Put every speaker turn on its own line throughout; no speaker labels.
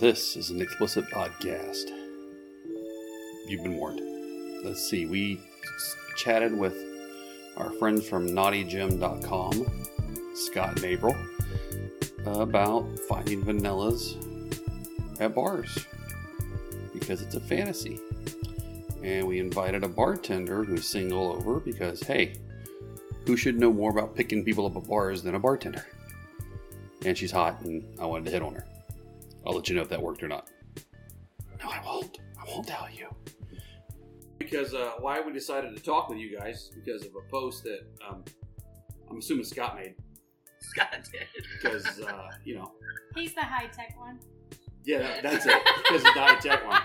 This is an explicit podcast. You've been warned. Let's see, we s- chatted with our friends from naughtygym.com, Scott and April, about finding vanillas at bars because it's a fantasy. And we invited a bartender who's single over because, hey, who should know more about picking people up at bars than a bartender? And she's hot, and I wanted to hit on her. I'll let you know if that worked or not. No, I won't. I won't tell you.
because uh, why we decided to talk with you guys because of a post that um, I'm assuming Scott made
Scott did.
because uh, you know
He's the high tech one.
yeah that, that's it because the diet tech one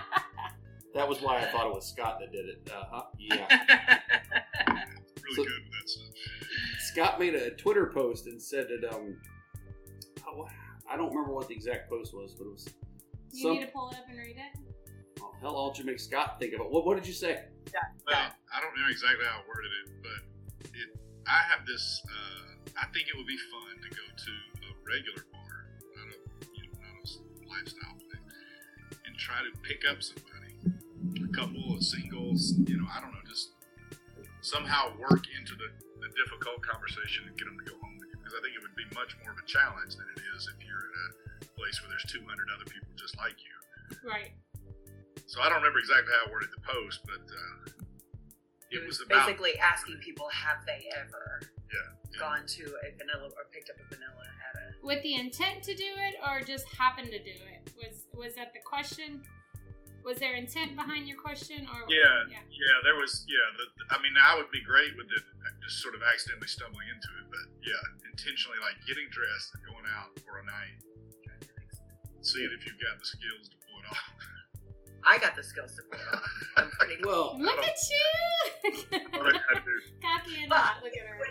that was why I thought it was Scott that did it uh huh yeah
really
So-
good with that stuff.
Scott made a Twitter post and said that um oh, I don't remember what the exact post was but it was
You
some
need to pull it up and read it.
oh, hell I'll just make Scott think of it what, what did you say
Well, I don't know exactly how I worded it, but it, I have this. Uh, I think it would be fun to go to a regular bar, not a you know, not a s- lifestyle thing, and try to pick up somebody, a couple of singles. You know, I don't know, just somehow work into the, the difficult conversation and get them to go home with you. Because I think it would be much more of a challenge than it is if you're in a place where there's 200 other people just like you.
Right.
So I don't remember exactly how I worded the post, but uh, it was about
basically asking people have they ever
yeah.
gone to a vanilla or picked up a vanilla at a
With the intent to do it or just happen to do it? Was was that the question? Was there intent behind your question or
Yeah. yeah. There was yeah. The, I mean, I would be great with it, just sort of accidentally stumbling into it, but yeah, intentionally like getting dressed and going out for a night, seeing if you've got the skills to pull it off.
I got the skills to pull it off. I'm pretty
well
Look at you!
But I do.
Cocky and not look at her.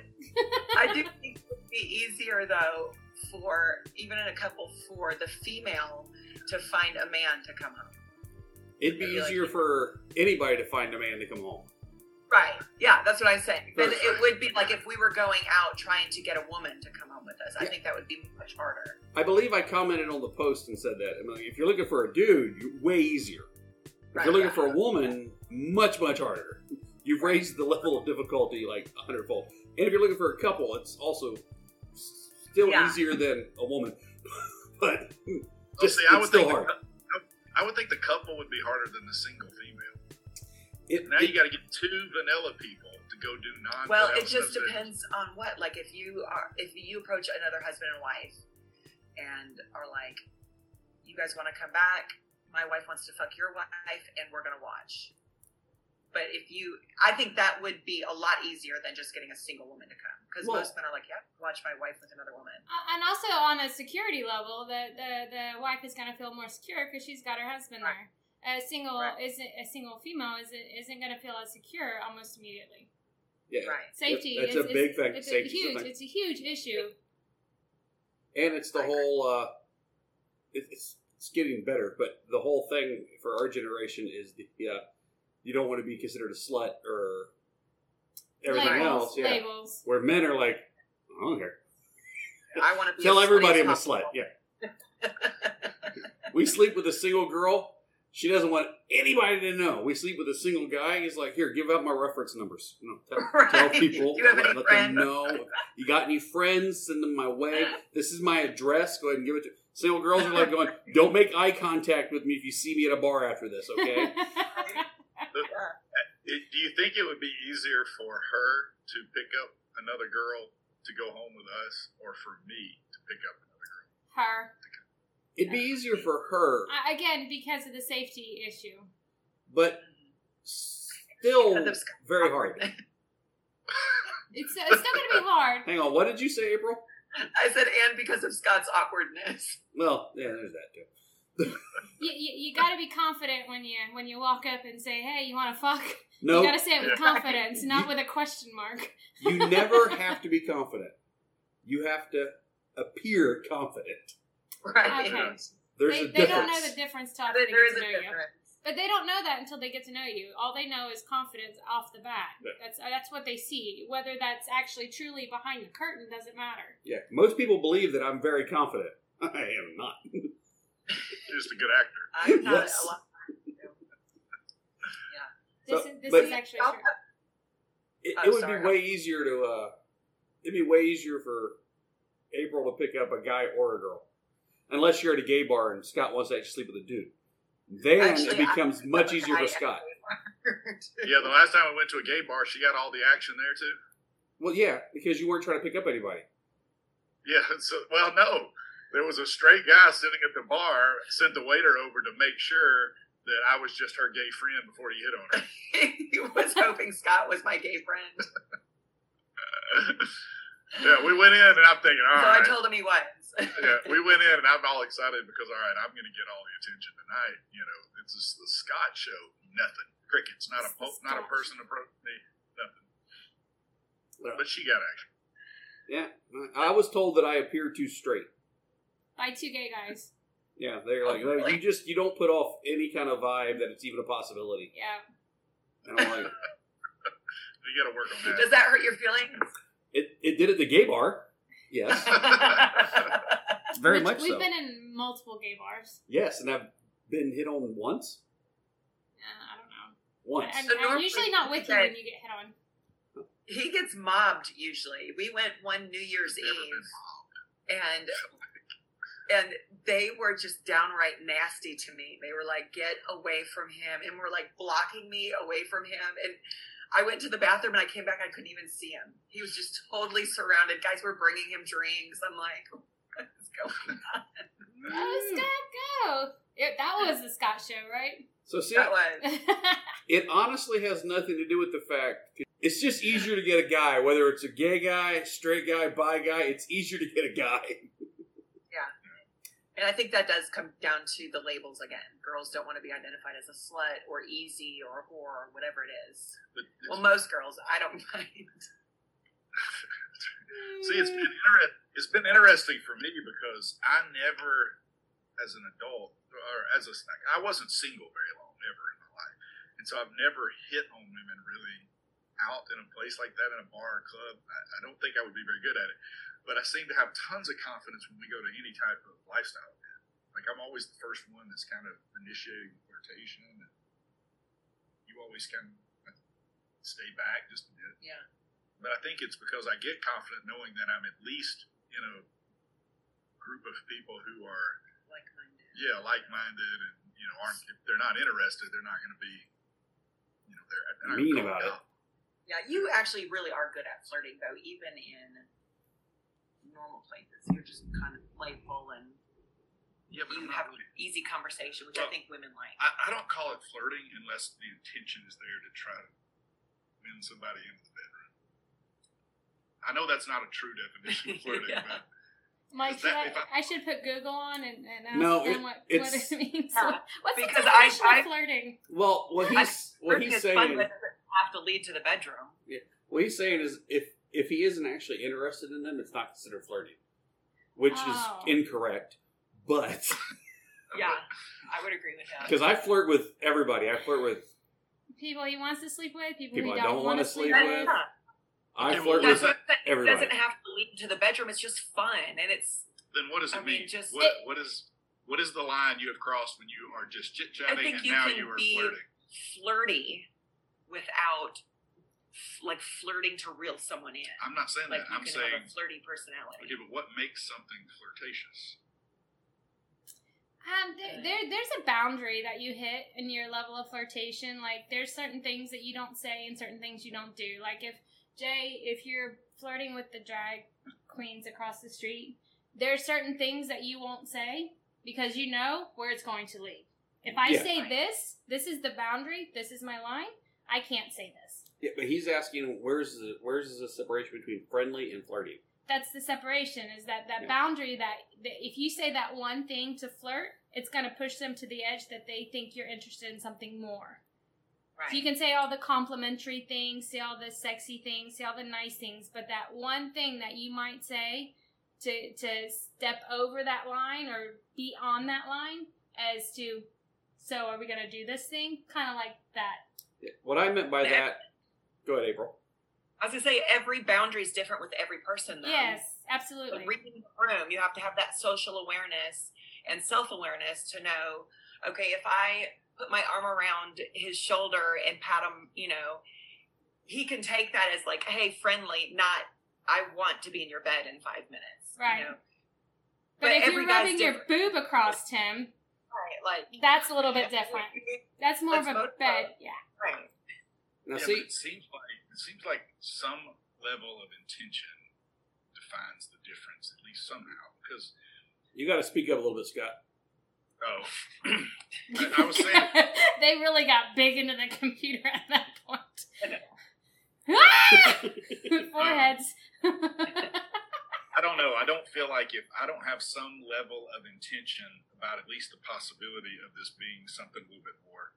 I do think it would be easier though for even in a couple for the female to find a man to come home.
it'd be easier for anybody to find a man to come home
Right. Yeah, that's what I'm saying. Then
Right.
it would be like if we were going out trying to get a woman to come home with us. I
Yeah.
think that would be much harder.
I believe I commented on the post and said that. I mean, if you're looking for a dude, you're way easier. If
Right,
you're looking
right.
for a woman, much, much harder. You've raised the level of difficulty like a hundredfold. And if you're looking for a couple, it's also s- still
Yeah.
easier than a woman. but hmm,
Oh,
just,
see,
it's
I would
still
think the
hard.
I would think the couple would be harder than the single female.
It,
Now
it,
you got to get two vanilla people to go do non.
Well,
vanilla
it
stuff.
just depends on what. Like, if you are, if you approach another husband and wife, and are like, "You guys want to come back? My wife wants to fuck your wife, and we're gonna watch." But if you, I think that would be a lot easier than just getting a single woman to come, because
Well-
most men are like, "Yep, watch my wife with another woman."
Uh, and also on a security level, the the, the wife is going to feel more secure because she's got her husband
Right.
there. A single
Right.
isn't a single female isn't isn't going to feel as secure almost immediately.
yeah.
Right.
Safety
That's
is
a big
is-
fact.
It's
Safety's a
a huge.
thing.
It's a huge issue.
And it's the
I agree.
whole. Uh, it, it's it's getting better, but the whole thing for our generation is the uh, you don't want to be considered a slut or everything
labels,
else. Yeah,
labels.
where men are like, I don't care.
I want to
Tell everybody I'm a slut. Yeah. we sleep with a single girl. She doesn't want anybody to know. We sleep with a single guy. He's like, here, give out my reference numbers. You know, tell,
Right.
tell people,
Do you have
let,
any
let them
friends?
know. You got any friends? Send them my way. This is my address. Go ahead and give it to. Single girls are like going, don't make eye contact with me if you see me at a bar after this, okay?
It- do you think it would be easier for her to pick up another girl to go home with us, or for me to pick up another girl?
her
It'd be easier for her,
I- again because of the safety issue.
but still very hard.
It's, it's still going to be hard.
Hang on, what did you say, April?
I said, and because of Scott's awkwardness.
Well, yeah, there's that too.
You, you, you got to be confident when you when you walk up and say, "Hey, you want to fuck?"
No,
You got to say it with
Yeah.
confidence, not with a question mark.
You never have to be confident. You have to appear confident.
Right.
Okay.
There's
They,
a
they
difference.
don't know the difference till after
There
they
there is
get
a
to know you.
difference.
But they don't know that until they get to know you. All they know is confidence off the bat.
Yeah.
That's that's what they see. Whether that's actually truly behind the curtain doesn't matter.
yeah, most people believe that I'm very confident. I am not.
You're just a good actor.
I'm not
Yes.
a lot.
This
So-
is this
but-
is actually
I'll-
true.
It,
I'm
it would
sorry.
be way easier to. uh It'd be way easier for April to pick up a guy or a girl, unless you're at a gay bar and Scott wants to actually sleep with a dude. Then
Actually, I-
it becomes much easier
I-
for Scott.
Yeah, the last time I went to a gay bar, she got all the action there too.
Well, yeah, because you weren't trying to pick up anybody.
Yeah, so well, no, there was a straight guy sitting at the bar. Sent the waiter over to make sure that I was just her gay friend before he hit on her.
he was hoping Scott was my gay friend.
yeah, we went in, and I'm thinking, all
so
right.
I told him he was.
yeah, we went in, and I'm all excited because all right, I'm going to get all the attention tonight. You know, it's just the Scott show. Nothing, crickets. Not a po-
It's the
not a
Scott
person approached me. Nothing. But she got action.
Yeah, I was told that I appear too straight.
By two gay guys.
Yeah, they're like,
Oh, really?
you just you don't put off any kind of vibe that it's even a possibility.
Yeah.
And I'm like,
You got to work on that.
Does that hurt your feelings?
it it did at the gay bar. Yes, very
Which-
much
We've
so.
been in multiple gay bars.
yes, and I've been hit on once.
Uh, I don't know.
Once.
I,
So
I'm- I'm
normally-
usually not with you when you get hit on.
he gets mobbed usually. We went one New Year's
Never been
Eve and and they were just downright nasty to me. They were like, "Get away from him," and were like blocking me away from him. And I went to the bathroom and I came back. I couldn't even see him. He was just totally surrounded. Guys were bringing him drinks. I'm like, "What is going on?"
Oh,
Mm.
Scott, go! It, that was the Scott show, right?
So see,
That was
it honestly has nothing to do with the fact. It's just easier to get a guy, whether it's a gay guy, straight guy, bi guy. It's easier to get a guy.
And I think that does come down to the labels again. Girls don't want to be identified as a slut or easy or whore or whatever it is.
But it's-
Well, most girls, I don't mind.
See, it's been inter- it's been interesting for me because I never, as an adult or as a, I wasn't single very long ever in my life, and so I've never hit on women really out in a place like that in a bar or club. I, I don't think I would be very good at it, but I seem to have tons of confidence when we go to any type of lifestyle event. Like I'm always the first one that's kind of initiating the flirtation, and you always kind of stay back just a bit
Yeah.
but I think it's because I get confident knowing that I'm at least in a group of people who are
Like minded.
yeah like-minded and you know aren't if they're not interested they're not going to be you know they're, they're not gonna
Mean
call me
about it.
out.
Yeah, you actually really are good at flirting, though, even in normal places. You're just kind of playful and
Yeah, but I'm
you
not
have
really-
easy conversation, which
Well,
I think women like.
I, I don't call it flirting unless the intention is there to try to win somebody into the bedroom. I know that's not a true definition of flirting,
Yeah.
but
Mike,
Is
should
that-
I,
if I-
I should put Google on and, and ask
No,
them
it-
what, what
it's-
it means.
Yeah,
What's the
because I-
definition
I-
of flirting?
Well, what he's what
Flirting
he's
is fun,
saying,
but it doesn't have to lead to the bedroom.
what he's saying is, if if he isn't actually interested in them, it's not considered flirting, which
Oh.
is incorrect. But
Yeah, I would agree with that.
because I flirt with everybody, I flirt with
People he wants to sleep with, people,
People
he
I don't
don't want
wanna
to sleep
sleep
with.
with. I
Okay,
flirt
well,
That's
with
what I'm saying. It
everybody.
doesn't have to lead to the bedroom. It's just fun, and it's
then what does it
I mean,
mean?
just-
what what is what is the line you have crossed when you are just chit chatting
think
and
you
now
can
you are
be-
flirting?
flirty without f- like flirting to reel someone in.
I'm not saying
Like
that.
you
I'm
can
saying
have a flirty personality.
okay, but what makes something flirtatious?
Um, there, there, there's a boundary that you hit in your level of flirtation. Like, there's certain things that you don't say and certain things you don't do. Like, if Jay, if you're flirting with the drag queens across the street, there's certain things that you won't say because you know where it's going to lead. If I
Yeah.
say this, this is the boundary. This is my line. I can't say this.
Yeah, but he's asking where's the where's the separation between friendly and flirty?
that's the separation is that that
Yeah.
boundary that, that if you say that one thing to flirt it's going to push them to the edge that they think you're interested in something more
Right.
so you can say all the complimentary things say all the sexy things say all the nice things but that one thing that you might say to to step over that line or be on that line as to so are we going to do this thing kind of like that
Yeah, What I meant by
Yeah.
that. Go ahead, April.
I was gonna say every boundary is different with every person. Though.
yes
But
absolutely
reading the room, you have to have that social awareness and self awareness to know, okay, if I put my arm around his shoulder and pat him, you know, he can take that as like, hey, friendly, not I want to be in your bed in five minutes. you
Right.
know?
But,
But
if
every
you're
guy's
rubbing your boob across him,
Right, like
that's a little bit different. That's more
That's
of a
both-
bed. Yeah.
Right.
Now,
yeah,
see,
but it seems like it seems like some level of intention defines the difference, at least somehow. Because
you got to speak up a little bit, Scott.
oh, I- I was saying-
they really got big into the computer at that point.
I
Ah! Foreheads.
I don't know. I don't feel like if I don't have some level of intention about at least the possibility of this being something a little bit more,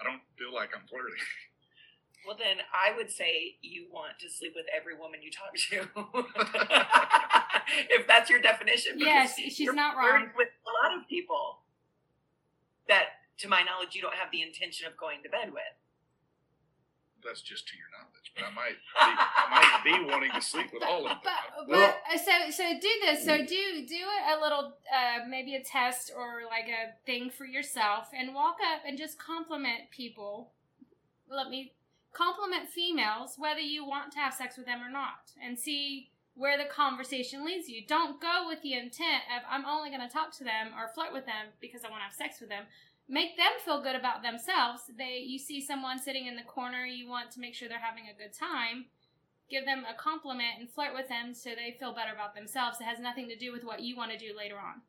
I don't feel like I'm flirting.
Well, then I would say you want to sleep with every woman you talk to. if that's your definition.
yes,
because
she's
you're
not
flirting
wrong.
With a lot of people that, to my knowledge, you don't have the intention of going to bed with.
That's just to your knowledge, but I might be, I might be wanting to sleep with all of
But,
them.
but uh, so so do this. So do do a little uh, maybe a test or like a thing for yourself, and walk up and just compliment people. Let me compliment females whether you want to have sex with them or not, and see where the conversation leads you. Don't go with the intent of I'm only going to talk to them or flirt with them because I want to have sex with them. Make them feel good about themselves. They you see someone sitting in the corner, you want to make sure they're having a good time. Give them a compliment and flirt with them so they feel better about themselves. It has nothing to do with what you want to do later on.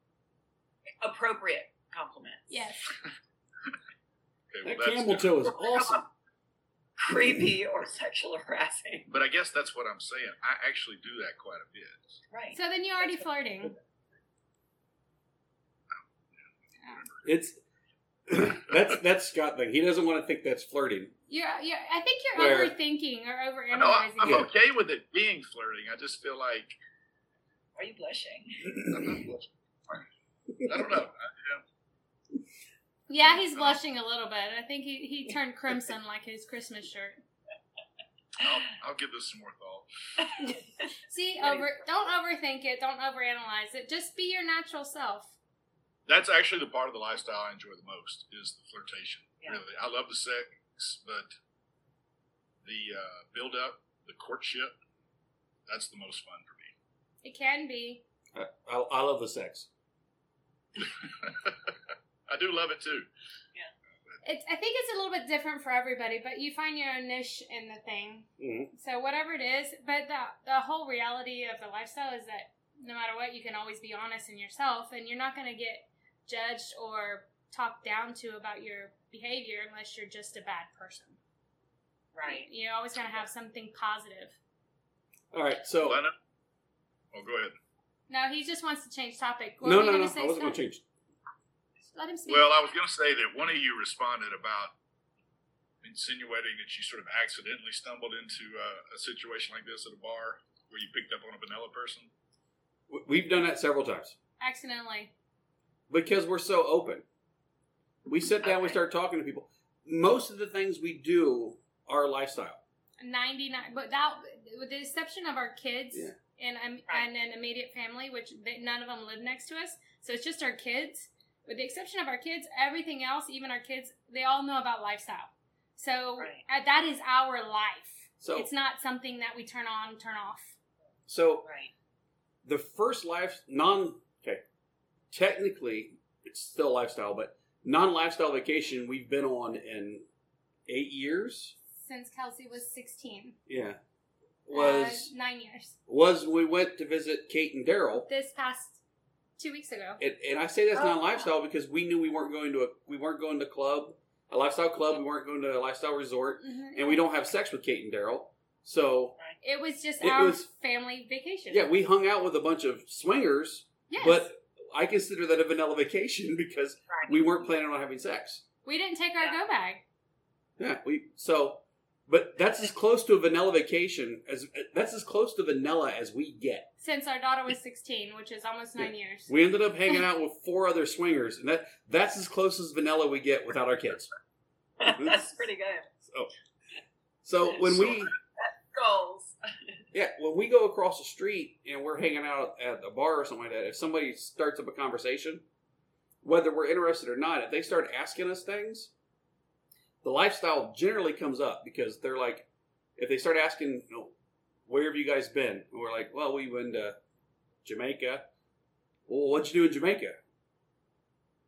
Appropriate compliments.
Yes.
Okay, well,
That
that's
camel toe is awesome.
Creepy or sexual harassing.
But I guess that's what I'm saying. I actually do that quite a bit.
Right.
So then you're already flirting.
It's that's that's Scott thing. He doesn't want to think that's flirting.
You're, you're I think you're
Where-
overthinking or
No, I-
overanalyzing.
I'm
Yeah.
it.
okay with it being flirting. I just feel like
Are you blushing?
I'm not- I don't know.
Yeah, he's blushing a little bit. I think he, he turned crimson like his Christmas shirt.
I'll, I'll give this some more thought.
See,
Ready?
over don't overthink it, don't overanalyze it. Just be your natural self.
That's actually the part of the lifestyle I enjoy the most is the flirtation.
Yeah.
Really, I love the sex, but the uh, build up, the courtship, that's the most fun for me.
It can be.
I, I love the sex.
I do love it too.
It's I think it's a little bit different for everybody, but you find your own niche in the thing.
Mhm.
So whatever it is, but the the whole reality of the lifestyle is that no matter what, you can always be honest in yourself, and you're not going to get judged or talked down to about your behavior unless you're just a bad person.
Right.
You're always going to have something positive.
All right, so
Lena? Oh, go ahead.
No, he just wants to change topic. What
no,
were you
no, no. I
gonna
wasn't
say,
going
Scott?
to change.
Let him speak.
Well, I was going to say that one of you responded about insinuating that you sort of accidentally stumbled into uh, a situation like this at a bar where you picked up on a vanilla person.
We- We've done that several times
Accidentally.
because we're so open. We sit down, we
Okay.
start talking to people. Most of the things we do are lifestyle.
99 but that with the exception of our kids
Yeah.
and um,
Right.
and an immediate family which they, none of them live next to us so it's just our kids with the exception of our kids everything else even our kids they all know about lifestyle so
Right.
uh, that is our life
So,
it's not something that we turn on turn off
so
Right.
the first life non okay technically it's still lifestyle but non lifestyle vacation we've been on in eight years
since kelsey was 16
yeah
Uh,
was
nine years
was we went to visit kate and daryl
this past two weeks ago
and, and i say that's
Oh.
non lifestyle because we knew we weren't going to a we weren't going to club a lifestyle club we weren't going to a lifestyle resort
Mhm.
and we don't have sex with kate and daryl so
it was just
It
our
was-
family vacation
yeah we hung out with a bunch of swingers
yes.
but i consider that a vanilla vacation because
Right.
we weren't planning on having sex
we didn't take our
Yeah.
go bag
Yeah, we so, but that's as close to a vanilla vacation as that's as close to vanilla as we get.
since our daughter was 16, which is almost nine years.
We ended up hanging out with four other swingers, and that that's as close as vanilla we get without our kids.
That's pretty good.
So when we
Goals.
yeah when we go across the street and we're hanging out at a bar or something like that, if somebody starts up a conversation, whether we're interested or not, if they start asking us things, the lifestyle generally comes up because they're like, if they start asking, you know, where have you guys been? And we're like, well, we went to Jamaica. Well, what'd you do in Jamaica?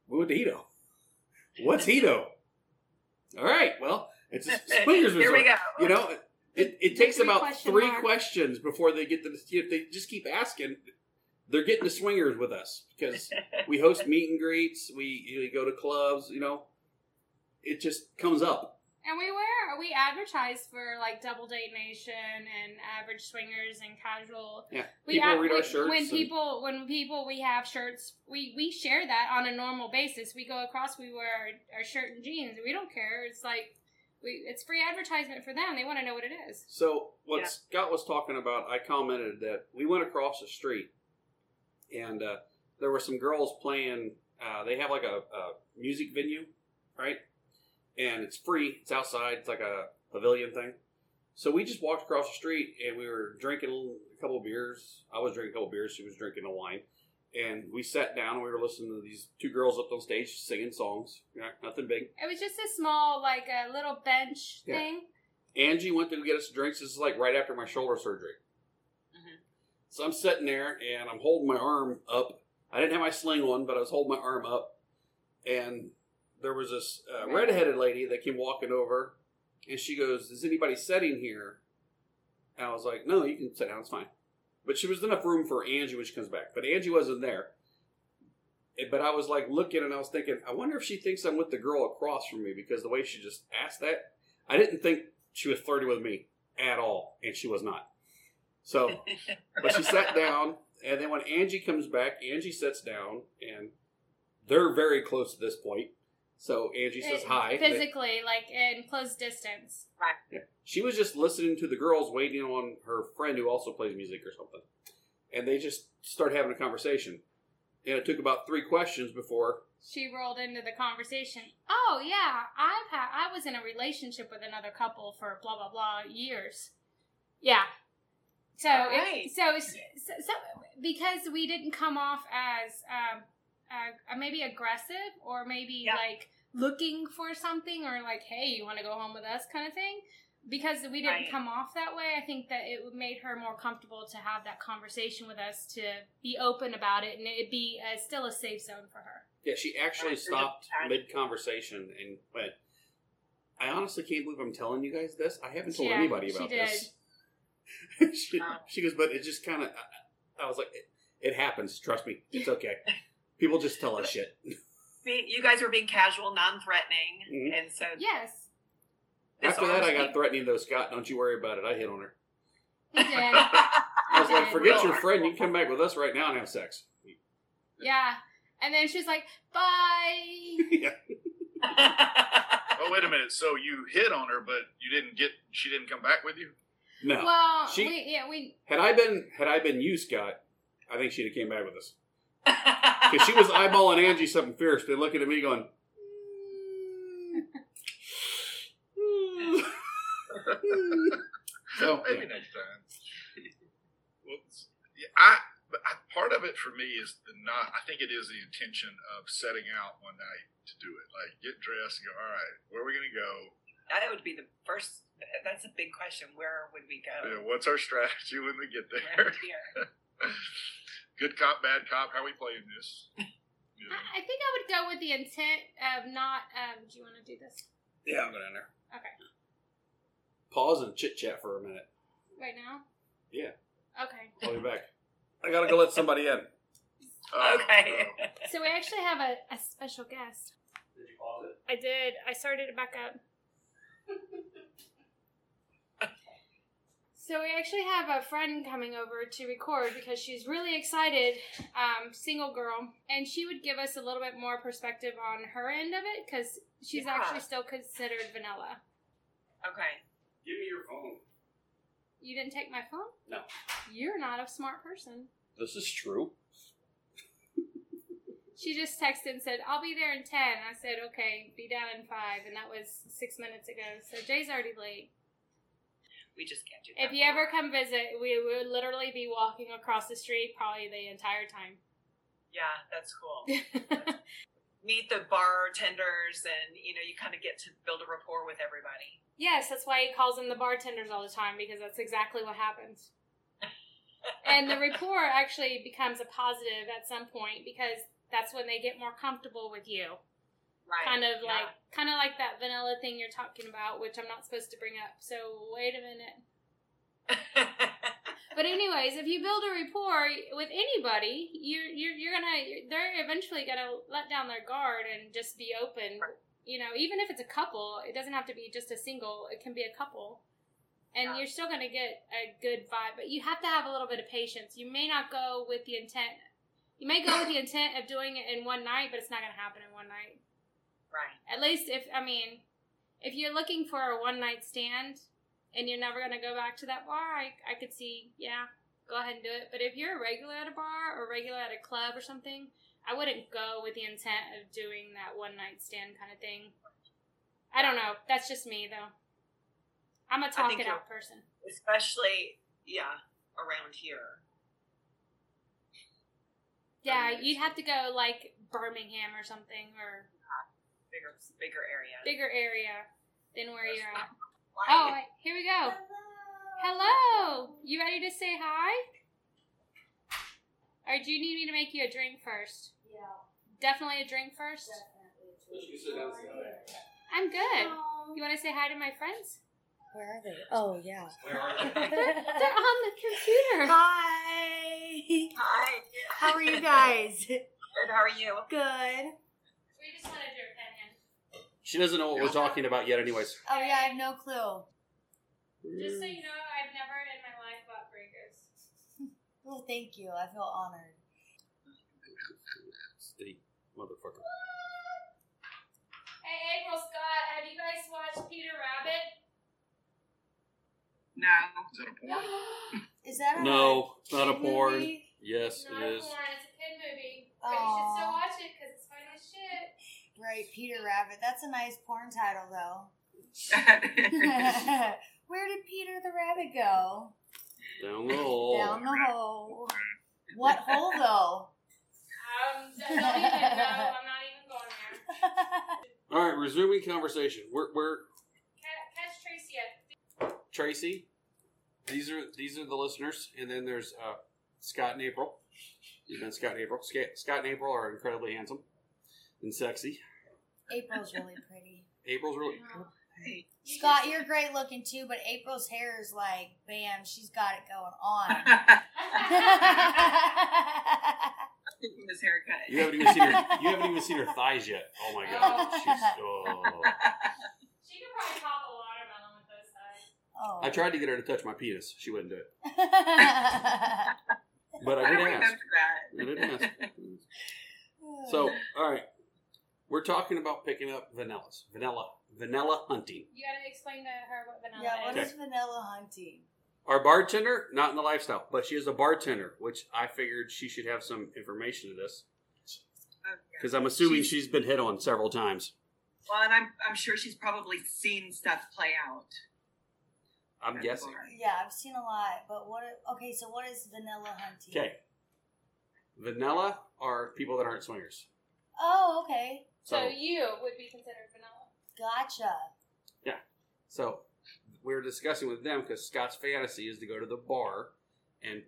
We went to Hito. What's Hito? All right, well, it's a swingers
Here
resort.
we go.
You know, it, it,
The
it takes
three
about
question
three
mark.
questions before they get to the. If they just keep asking, they're getting the swingers with us because we host meet and greets. We, we go to clubs. You know, it just comes up.
And we were we advertised for like Double Date Nation and Average Swingers and Casual.
Yeah,
We
people
ad-
read our
when-
shirts.
when
and-
people when people we have shirts. We we share that on a normal basis. We go across. We wear our, our shirt and jeans. We don't care. It's like we it's free advertisement for them. They want to know what it is.
So what
Yeah.
Scott was talking about, I commented that we went across the street, and uh, there were some girls playing. Uh, they have like a, a music venue, right? And it's free. It's outside. It's like a pavilion thing. So we just walked across the street, and we were drinking a couple of beers. I was drinking a couple of beers. She was drinking a wine. And we sat down and we were listening to these two girls up on stage singing songs. Yeah, nothing big.
It was just a small like a little bench
Yeah.
thing.
Angie went to get us drinks. This is like right after my shoulder surgery.
Mhm.
So I'm sitting there and I'm holding my arm up. I didn't have my sling on, but I was holding my arm up. And there was this uh, redheaded lady that came walking over and she goes, Is anybody sitting here? And I was like, No, you can sit down. It's fine. But she was enough room for Angie when she comes back. But Angie wasn't there. Eh, But I was like looking and I was thinking, I wonder if she thinks I'm with the girl across from me because the way she just asked that, I didn't think she was flirting with me at all, and she was not. So, but she sat down, and then when Angie comes back, Angie sits down, and they're very close at this point. So Angie says
It-
hi. They-
physically, like in close distance.
she was just listening to the girls waiting on her friend who also plays music or something. And they just start having a conversation. And it took about three questions before.
she rolled into the conversation. Oh yeah, I've had I was in a relationship with another couple for blah blah blah years. Yeah. So
All
it-
right.
so, so so because we didn't come off as um, uh, uh, maybe aggressive or maybe
Yeah.
like looking for something or like hey you want to go home with us kind of thing because we didn't
Right.
come off that way i think that it made her more comfortable to have that conversation with us to be open about it and it'd be uh, still a safe zone for her
Yeah, she actually
Right, there's a
stopped
time.
mid conversation and went, I honestly can't believe I'm telling you guys this. I haven't told
Yeah,
anybody
she
about
did.
this. she,
Wow.
she goes, but it just kind of, I, I was like, it, it happens. Trust me. It's okay. People just tell us shit.
Being- you guys were being casual, non-threatening,
Mhm.
and so
yes
this
After that, I
honestly-
got threatening though, Scott, don't you worry about it. I hit on her.
He did.
I was like,
Yeah.
forget your friend. You can come back with us right now and have sex.
yeah. And then she's like, bye.
yeah.
Oh wait a minute. So you hit on her, but you didn't get. She didn't come back with you.
No.
Well,
She-
we, yeah, we,
had I been had I been you, Scott, I think she'd have came back with us because she was eyeballing Angie something fierce, then looking at me going. so
Maybe next time. Well, it's- yeah, I, but I part of it for me is the not. I think it is the intention of setting out one night to do it. Like get dressed and go. All right, where are we gonna go?
that would be the first. That's a big question. Where would we
You know,
go?
what's our strategy when we get
Where
there?
would we go?
Good cop, bad cop. How we playing this? You know,
I, I think I would go with the intent of not, um, do you want to do this
yeah, I'm going in there.
Okay.
Pause and chit chat for a minute.
right now?
Yeah.
Okay.
I'll be back. I gotta go let somebody in.
Oh,
okay.
no.
So we actually have a, a special guest.
Did you pause it?
I did. I started it back up. so we actually have a friend coming over to record because she's really excited, um, single girl, and she would give us a little bit more perspective on her end of it because she's
Yeah.
actually still considered vanilla.
Okay.
Give me your phone.
You didn't take my phone?
No.
You're not a smart person.
This is true.
She just texted and said, I'll be there in 10. I said, okay, be down in 5. And that was six minutes ago. So Jay's already late.
We just can't do
If
that.
you ever come visit, we would literally be walking across the street probably the entire time.
Yeah, that's cool. meet the bartenders, and you know, you kind of get to build a rapport with everybody.
Yes, that's why he calls them the bartenders all the time because that's exactly what happens. and the rapport actually becomes a positive at some point because that's when they get more comfortable with you.
right.
Kind of
yeah.
like kind of like that vanilla thing you're talking about, which I'm not supposed to bring up. So wait a minute. But anyways, if you build a rapport with anybody, you're you're you're gonna you're, they're eventually gonna let down their guard and just be open.
Right.
You know, even if it's a couple, it doesn't have to be just a single. It can be a couple, and
Yeah.
you're still gonna get a good vibe. But you have to have a little bit of patience. You may not go with the intent. You may go with the intent of doing it in one night, but it's not gonna happen in one night.
right.
At least if I mean, if you're looking for a one night stand and you're never gonna go back to that bar, I I could see yeah, go ahead and do it. But if you're a regular at a bar or regular at a club or something, I wouldn't go with the intent of doing that one night stand kind of thing. I don't know. That's just me though. I'm a talk
think
it
you're-
out person.
Especially, yeah, around here.
Yeah,
nice.
you'd have to go like Birmingham or something or
bigger bigger area.
bigger area than where you're at.
Why-
Oh, wait, here we go. Hello. You ready to say hi? Or do you need me to make you a drink first?
Yeah,
Definitely a drink first?
Let's
definitely.
just sit down and see how they-
I'm good. You want to say hi to my friends?
Where are they? Oh, yeah.
Where are they?
They're on the computer.
Hi.
Hi.
How are you guys?
Good. How are you?
Good.
We just wanted your opinion.
She doesn't know what we're talking about yet, anyways.
Oh yeah, I have no clue.
Just so you know, I've never in my life bought breakers.
Well, thank you. I feel honored.
Steak, motherfucker.
Hey, April Scott, have you guys watched Peter Rabbit?
No.
Is that a porn?
Is that a
No, it's not a
kid
porn.
movie?
Yes,
Not
it is.
porn, it's a kid movie. But you should still
Aw.
watch it because it's fun as shit.
Right, Peter Rabbit. That's a nice porn title, though.
That's
Where did Peter the Rabbit go?
Down the hole.
Down the hole. What hole, though?
Um, don't even know. I'm not even going there.
All right, resuming conversation. We're, we're
Ca- Catch Tracy up.
Tracy. These are these are the listeners, and then there's uh, Scott and April. You've been Scott and April. Sca- Scott and April are incredibly handsome and sexy.
April's really pretty.
April's really
Scott, you're great looking too, but April's hair is like, bam, she's got it going on. Oh.
his haircut.
you haven't even seen her you haven't even seen her thighs yet. Oh my god, she's oh.
she could probably pop a watermelon with those thighs.
oh.
I tried to get her to touch my penis. She wouldn't do it, but I
I
did
don't
ask.
remember that.
I did ask. So, all right, we're talking about picking up vanillas, vanilla, vanilla hunting.
You gotta explain to her what vanilla
yeah, what
is.
is vanilla hunting?
Our bartender, not in the lifestyle, but she is a bartender, which I figured she should have some information to this
Okay.
because I'm assuming
She's-
she's been hit on several times.
Well, and I'm I'm sure she's probably seen stuff play out.
I'm guessing.
Yeah, I've seen a lot, but what? Okay, so what is vanilla hunting?
Okay. Vanilla are people that aren't swingers.
Oh, okay.
So
So,
you would be considered vanilla.
Gotcha.
so we were discussing with them because Scott's fantasy is to go to the bar and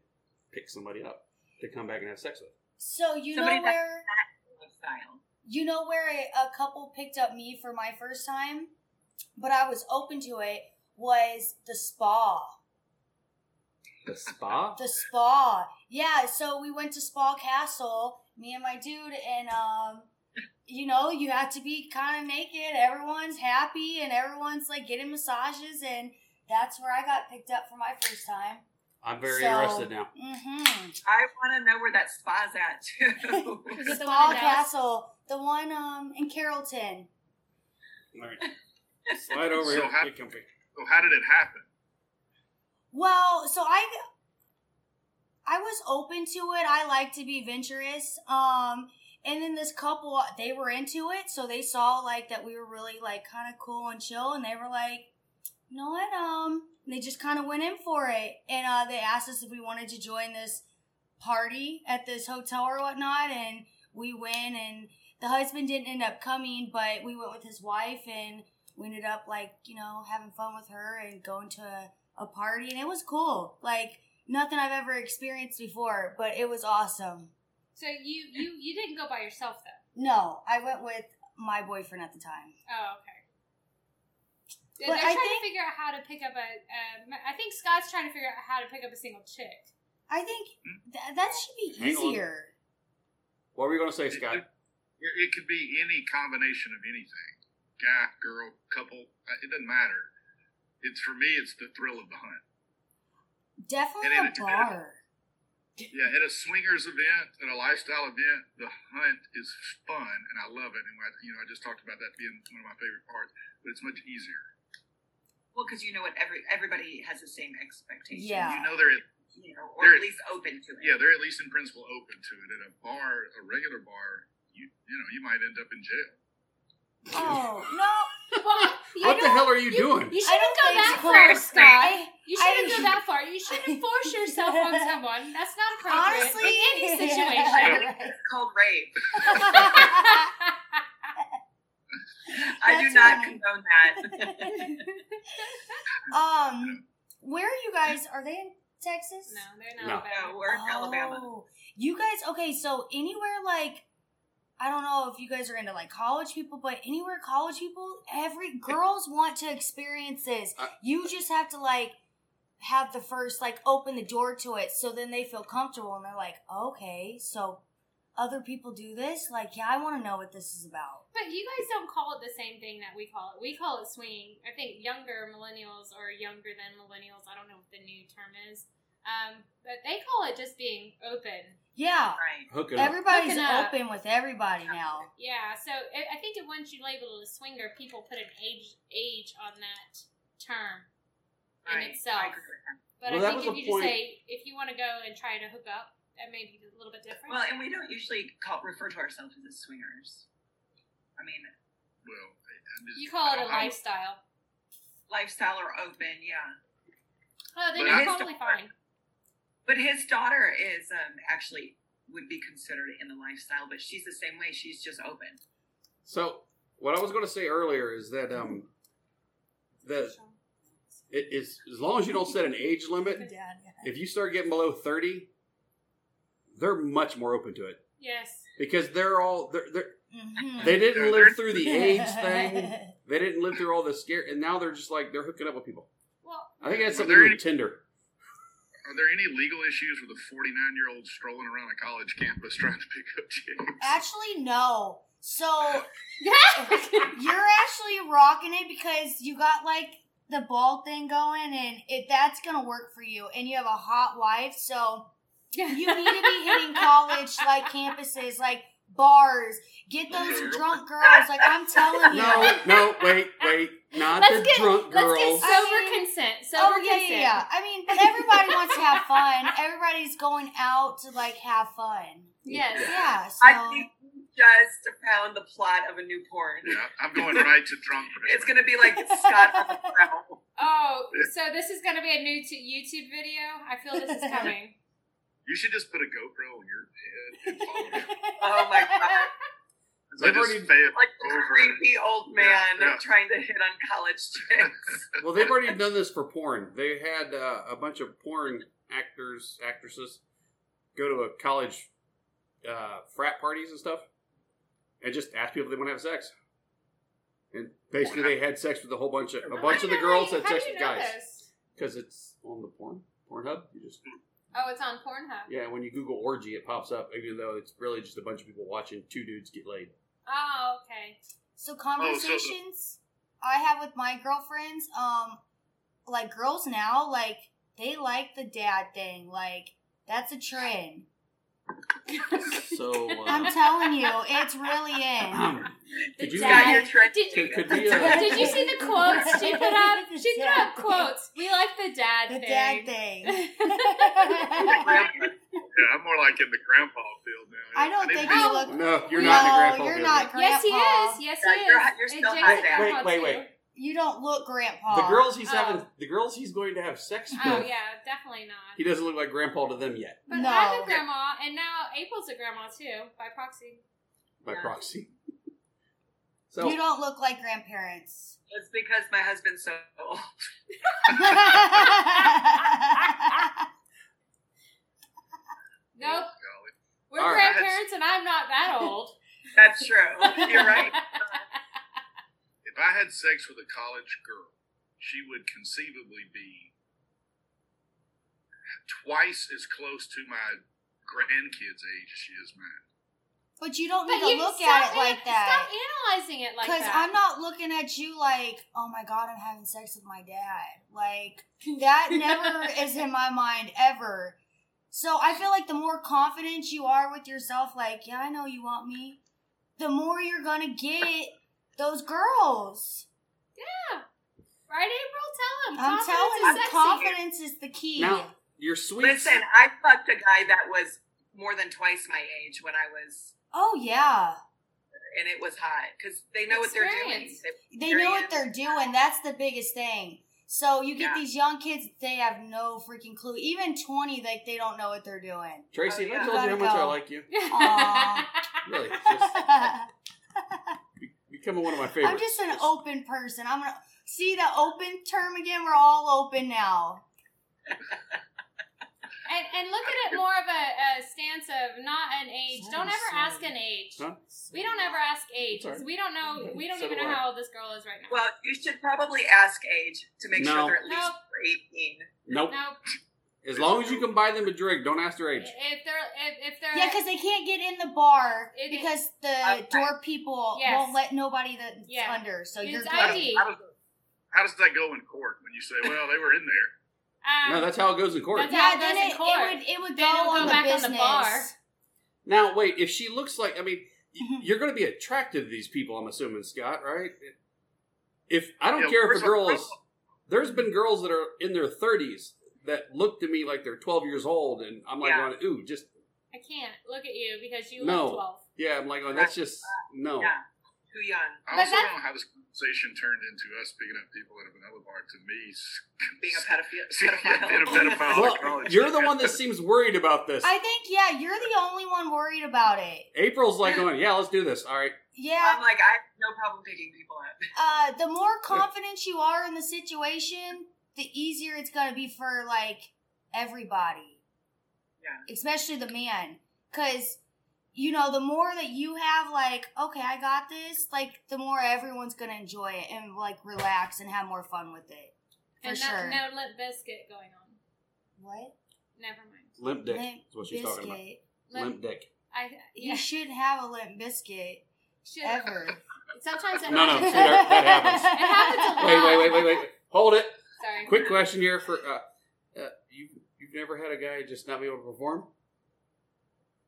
pick somebody up to come back and have sex with.
So you
Somebody
know
that-
where
Style.
you know where a, a couple picked up me for my first time, but I was open to it. Was the spa?
The spa?
The spa. Yeah, so we went to Spa Castle, me and my dude, and um you know, you have to be kind of naked. Everyone's happy and everyone's like getting massages and that's where I got picked up for my first time.
I'm very
So-
interested now.
Mhm.
I want to know where that spa's at too.
Is it the
Spa
one in Dallas?
Castle, the one um in Carrollton.
All right. Slide over
So
here.
how-
Get comfy.
So how did it happen?
Well, so I I was open to it. I like to be adventurous. Um and then this couple they were into it, so they saw like that we were really like kind of cool and chill and they were like, "You know what? Um and they just kind of went in for it. And uh they asked us if we wanted to join this party at this hotel or whatnot and we went and the husband didn't end up coming, but we went with his wife and we ended up like, you know, having fun with her and going to a, a party and it was cool. Like nothing I've ever experienced before, but it was awesome.
So you you you didn't go by yourself though.
No, I went with my boyfriend at the time.
Oh, okay. They're
But
they're
I
trying
think-
to figure out how to pick up a. Um, I think Scott's trying to figure out how to pick up a single chick.
I think th- that should be
Hang on.
easier.
What were you going to say, Scott?
It, it could be any combination of anything guy, girl, couple. uh, It doesn't matter. It's for me, it's the thrill of the hunt.
Definitely
And it-
a bar.
Yeah, at a swingers event, at a lifestyle event, the hunt is fun and I love it. And I, you know, I just talked about that being one of my favorite parts, but it's much easier.
Well, because you know what, every everybody has the same expectation.
Yeah.
You know, they're at,
You know, or at
There's-
least open to it.
yeah, they're at least in principle open to it. At a bar, a regular bar, you you know, you might end up in jail.
Oh no!
Well, you
What the
don't-
hell are you doing?
You
I
shouldn't
don't
go
think
that
so.
far, Scott.
I-
You shouldn't
I-
go that far. You shouldn't force yourself on someone. That's not appropriate
Honestly,
in any
yeah,
situation.
right.
It's called rape. I do
That's
not
right.
condone that.
um, where are you guys? Are they in Texas?
no, they're
No.
not bad.
no, we're in Alabama.
Oh, You guys, okay, so anywhere like, I don't know if you guys are into like college people, but anywhere college people, every girls want to experience this.
I-
you just have to like have the first like open the door to it, so then they feel comfortable and they're like, okay, so other people do this. Like, yeah, I want to know what this is about.
But you guys don't call it the same thing that we call it. We call it swinging. I think younger millennials or younger than millennials. I don't know what the new term is. Um, but they call it just being open.
Yeah,
Right.
Hooking up.
Hooking
everybody's
up.
open with everybody now.
Yeah, so I I think that once you label it a swinger, people put an age age on that term in
Right.
itself.
I agree with that.
But
Well, that
I think
was
if
the
you
point.
just say if you want to go and try to hook up, that may be a little bit different.
Well, and we don't usually call refer to ourselves as swingers. I mean,
Well, I, I just,
you call it a
I- I-
lifestyle.
lifestyle or open, yeah.
Oh, then
But
you're
I-
totally fine.
But his daughter is um, actually would be considered in the lifestyle, but she's the same way. She's just open.
So what I was going to say earlier is that um, that it is as long as you don't set an age limit.
Dad,
If you start getting below thirty, they're much more open to it
Yes.
because they're all they're, they're
Mhm.
they didn't live through the age thing. They didn't live through all the scare, and now they're just like they're hooking up with people.
Well,
I think that's
Were
something
there
with
any-
Tinder.
Are there any legal issues with a 49 year old strolling around a college campus trying to pick up chicks?
Actually, no. So
yeah.
you're actually rocking it because you got like the ball thing going, and it that's gonna work for you. And you have a hot wife, so you need to be hitting college like campuses, like bars. Get those drunk girls, like I'm telling you. Oh,
No, no, wait, wait, not
Let's
the
get-
drunk girl.
Let's get sober
I mean-
consent. Sober
Oh yeah,
consent.
yeah, yeah. I mean, everybody wants to have fun. Everybody's going out to like have fun.
Yes.
Yeah. So
Oh.
I think we just found the plot of a new porn.
Yeah, I'm going right to drunk.
It's gonna be like Scott on the prowl.
Oh, so this is going to be a new t- YouTube video. I feel this is coming.
You should just put a GoPro on your head and follow me.
Oh my God.
So I
They've
just
already-
fail
Like the
over.
creepy old man
Yeah, yeah.
trying to hit on college chicks.
Well, they've already done this for porn. They had uh, a bunch of porn actors, actresses, go to a college uh, frat parties and stuff, and just ask people if they want to have sex. And basically, they had sex with a whole bunch of a bunch of the girls had
How do
sex
you
with
know
guys
this?
because it's on the porn Pornhub. You just
Oh, it's on Pornhub.
yeah, when you Google orgy, it pops up, even though it's really just a bunch of people watching two dudes get laid.
Oh, okay.
So conversations I have with my girlfriends, um, like girls now, like they like the dad thing, like that's a trend.
So
I'm
uh,
telling you, it's really in.
could you
Scott,
dad-
you're trying
Did-
could, could we uh,
Did you see the quotes she put up? She threw up quotes. We like the dad
The
thing.
dad thing.
Yeah, I'm more like in the grandpa field now.
I don't
need
think
to be-
you look.
No, you're
no,
not the grandpa.
you're
Bill.
not grandpa.
yes, he is. Yes, he
Yeah,
is.
you're- you're
And
still
Jake's
hot dad.
grandpa,
Wait, wait,
too.
wait.
You don't look grandpa.
The girls he's
Oh.
having, the girls he's going to have sex with.
Oh yeah, definitely
He
not.
doesn't look like grandpa to them yet.
But
No.
I'm a grandma, and now April's a grandma too by proxy.
by
Yeah.
proxy. So
you don't look like grandparents.
It's because my husband's so old.
Oh, Nope.
Golly.
We're
All right.
grandparents, and I'm not that old.
That's true. You're right.
If I had sex with a college girl, she would conceivably be twice as close to my grandkids' age as she is mine.
but you don't
But
need
you
to look
stop
at it
an-
like that.
Stop analyzing it like
Because
that.
I'm not looking at you like, oh my god, I'm having sex with my dad. Like, that never is in my mind ever. So I feel like the more confident you are with yourself, like, yeah, I know you want me, the more you're gonna get those girls.
Right, April? Tell him.
I'm
Confidence
telling
is
you,
sexy.
confidence is the key.
now your sweets.
Listen, I fucked a guy that was more than twice my age when I was,
Oh yeah.
and it was hot because they know what they're doing.
Experience.
They-
They know what they're
Experience.
doing. That's the biggest thing. So you
Yeah.
get these young kids, they have no freaking clue. Even 20, like they don't know what they're doing.
Tracy,
Oh,
if
yeah.
I told you how
Gotta
much I
go.
like you.
Aw.
Really, it's just be- becoming one of my favorites.
I'm just an open person. I'm gonna see the open term again. We're all open now.
And, and look at it more of a, a stance of not an age. Don't ever ask an age.
Huh?
We don't ever ask age.
Sorry.
We don't know. We don't
So
even
do
know
I.
how old this girl is right now.
Well, you should probably ask age to make
No.
sure they're at least
Nope.
18.
Nope.
nope.
As long as you can buy them a drink, don't ask their age.
If they're if, if they're
Yeah, because they can't get in the bar
It-
because the
Okay.
door people
Yes.
won't let nobody that's
Yeah.
under. So
It's
you're good.
ID.
How does, how does that go in court when you say, well, they were in there?
um,
No, that's how it goes in court.
That's how
Yeah,
it
then
goes in
it, it
court.
would it would
Then
go,
it'll go
on
back
the
on the
business.
bar.
Now, wait, if she looks like, I mean, y- you're going to be attracted to these people, I'm assuming, Scott, right? If I don't
Yeah,
care if
where's
a
my
girl is,
problem?
there's been girls that are in their 30s that look to me like they're 12 years old, and I'm like,
Yeah.
going, ooh, just,
I can't look at you because you
No.
look twelve.
yeah, I'm like, going, that's just, no.
Yeah. Too young.
I
But that's-
also don't know how this conversation turned into us picking up people at a vanilla bar to me. s-
Being a pedophile.
Yeah, being a pedophile.
Well,
College.
you're the one that seems worried about this.
I think yeah, you're the only one worried about it.
April's like, going, yeah, let's do this. All right.
Yeah,
I'm like, I have no problem picking people up.
uh, the more confident you are in the situation, the easier it's gonna be for like everybody.
Yeah.
Especially the man, because you know the more that you have, like, okay, I got this. Like, the more everyone's gonna enjoy it and like relax and have more fun with it. For
and
sure.
no, no lip biscuit going on.
What?
Never mind.
Limp dick
Limp
is what she's talking about.
Biscuit.
Limp,
Limp.
dick.
I
You
yeah.
shouldn't have a limp biscuit
Shit.
ever.
Sometimes it
No, no,
happens.
see, that- that happens.
It happens a
Wait,
lot.
wait, wait, wait, wait. Hold it.
Sorry.
Quick question here for uh, uh, you. You've never had a guy just not be able to perform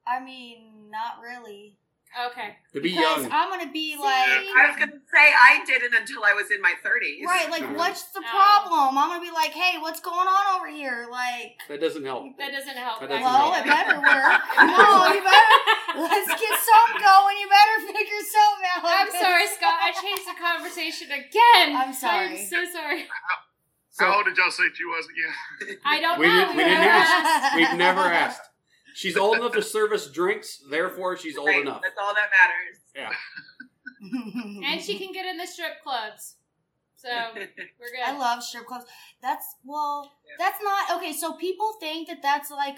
I mean, not really.
Okay.
to be
because
young.
I'm gonna be
See?
like.
I was going to say, I didn't until I was in my 30s.
Right, like
Mhm.
what's the
No.
problem? I'm gonna be like, hey, what's going on over here? Like,
that doesn't help.
That doesn't help.
That doesn't
well,
help.
it better work. No, you better let's get some going. You better figure something out.
I'm sorry, Scott. I changed the conversation again.
I'm sorry.
I'm so sorry.
How
So
old did y'all say she was again?
I don't
We
know.
didn't- we
never
didn't ask.
asked.
we've never asked. She's old enough to service drinks, therefore she's old
Right,
enough.
That's all that matters.
And she can get in the strip clubs. So we're good.
I love strip clubs. That's well, that's not okay. So people think that that's like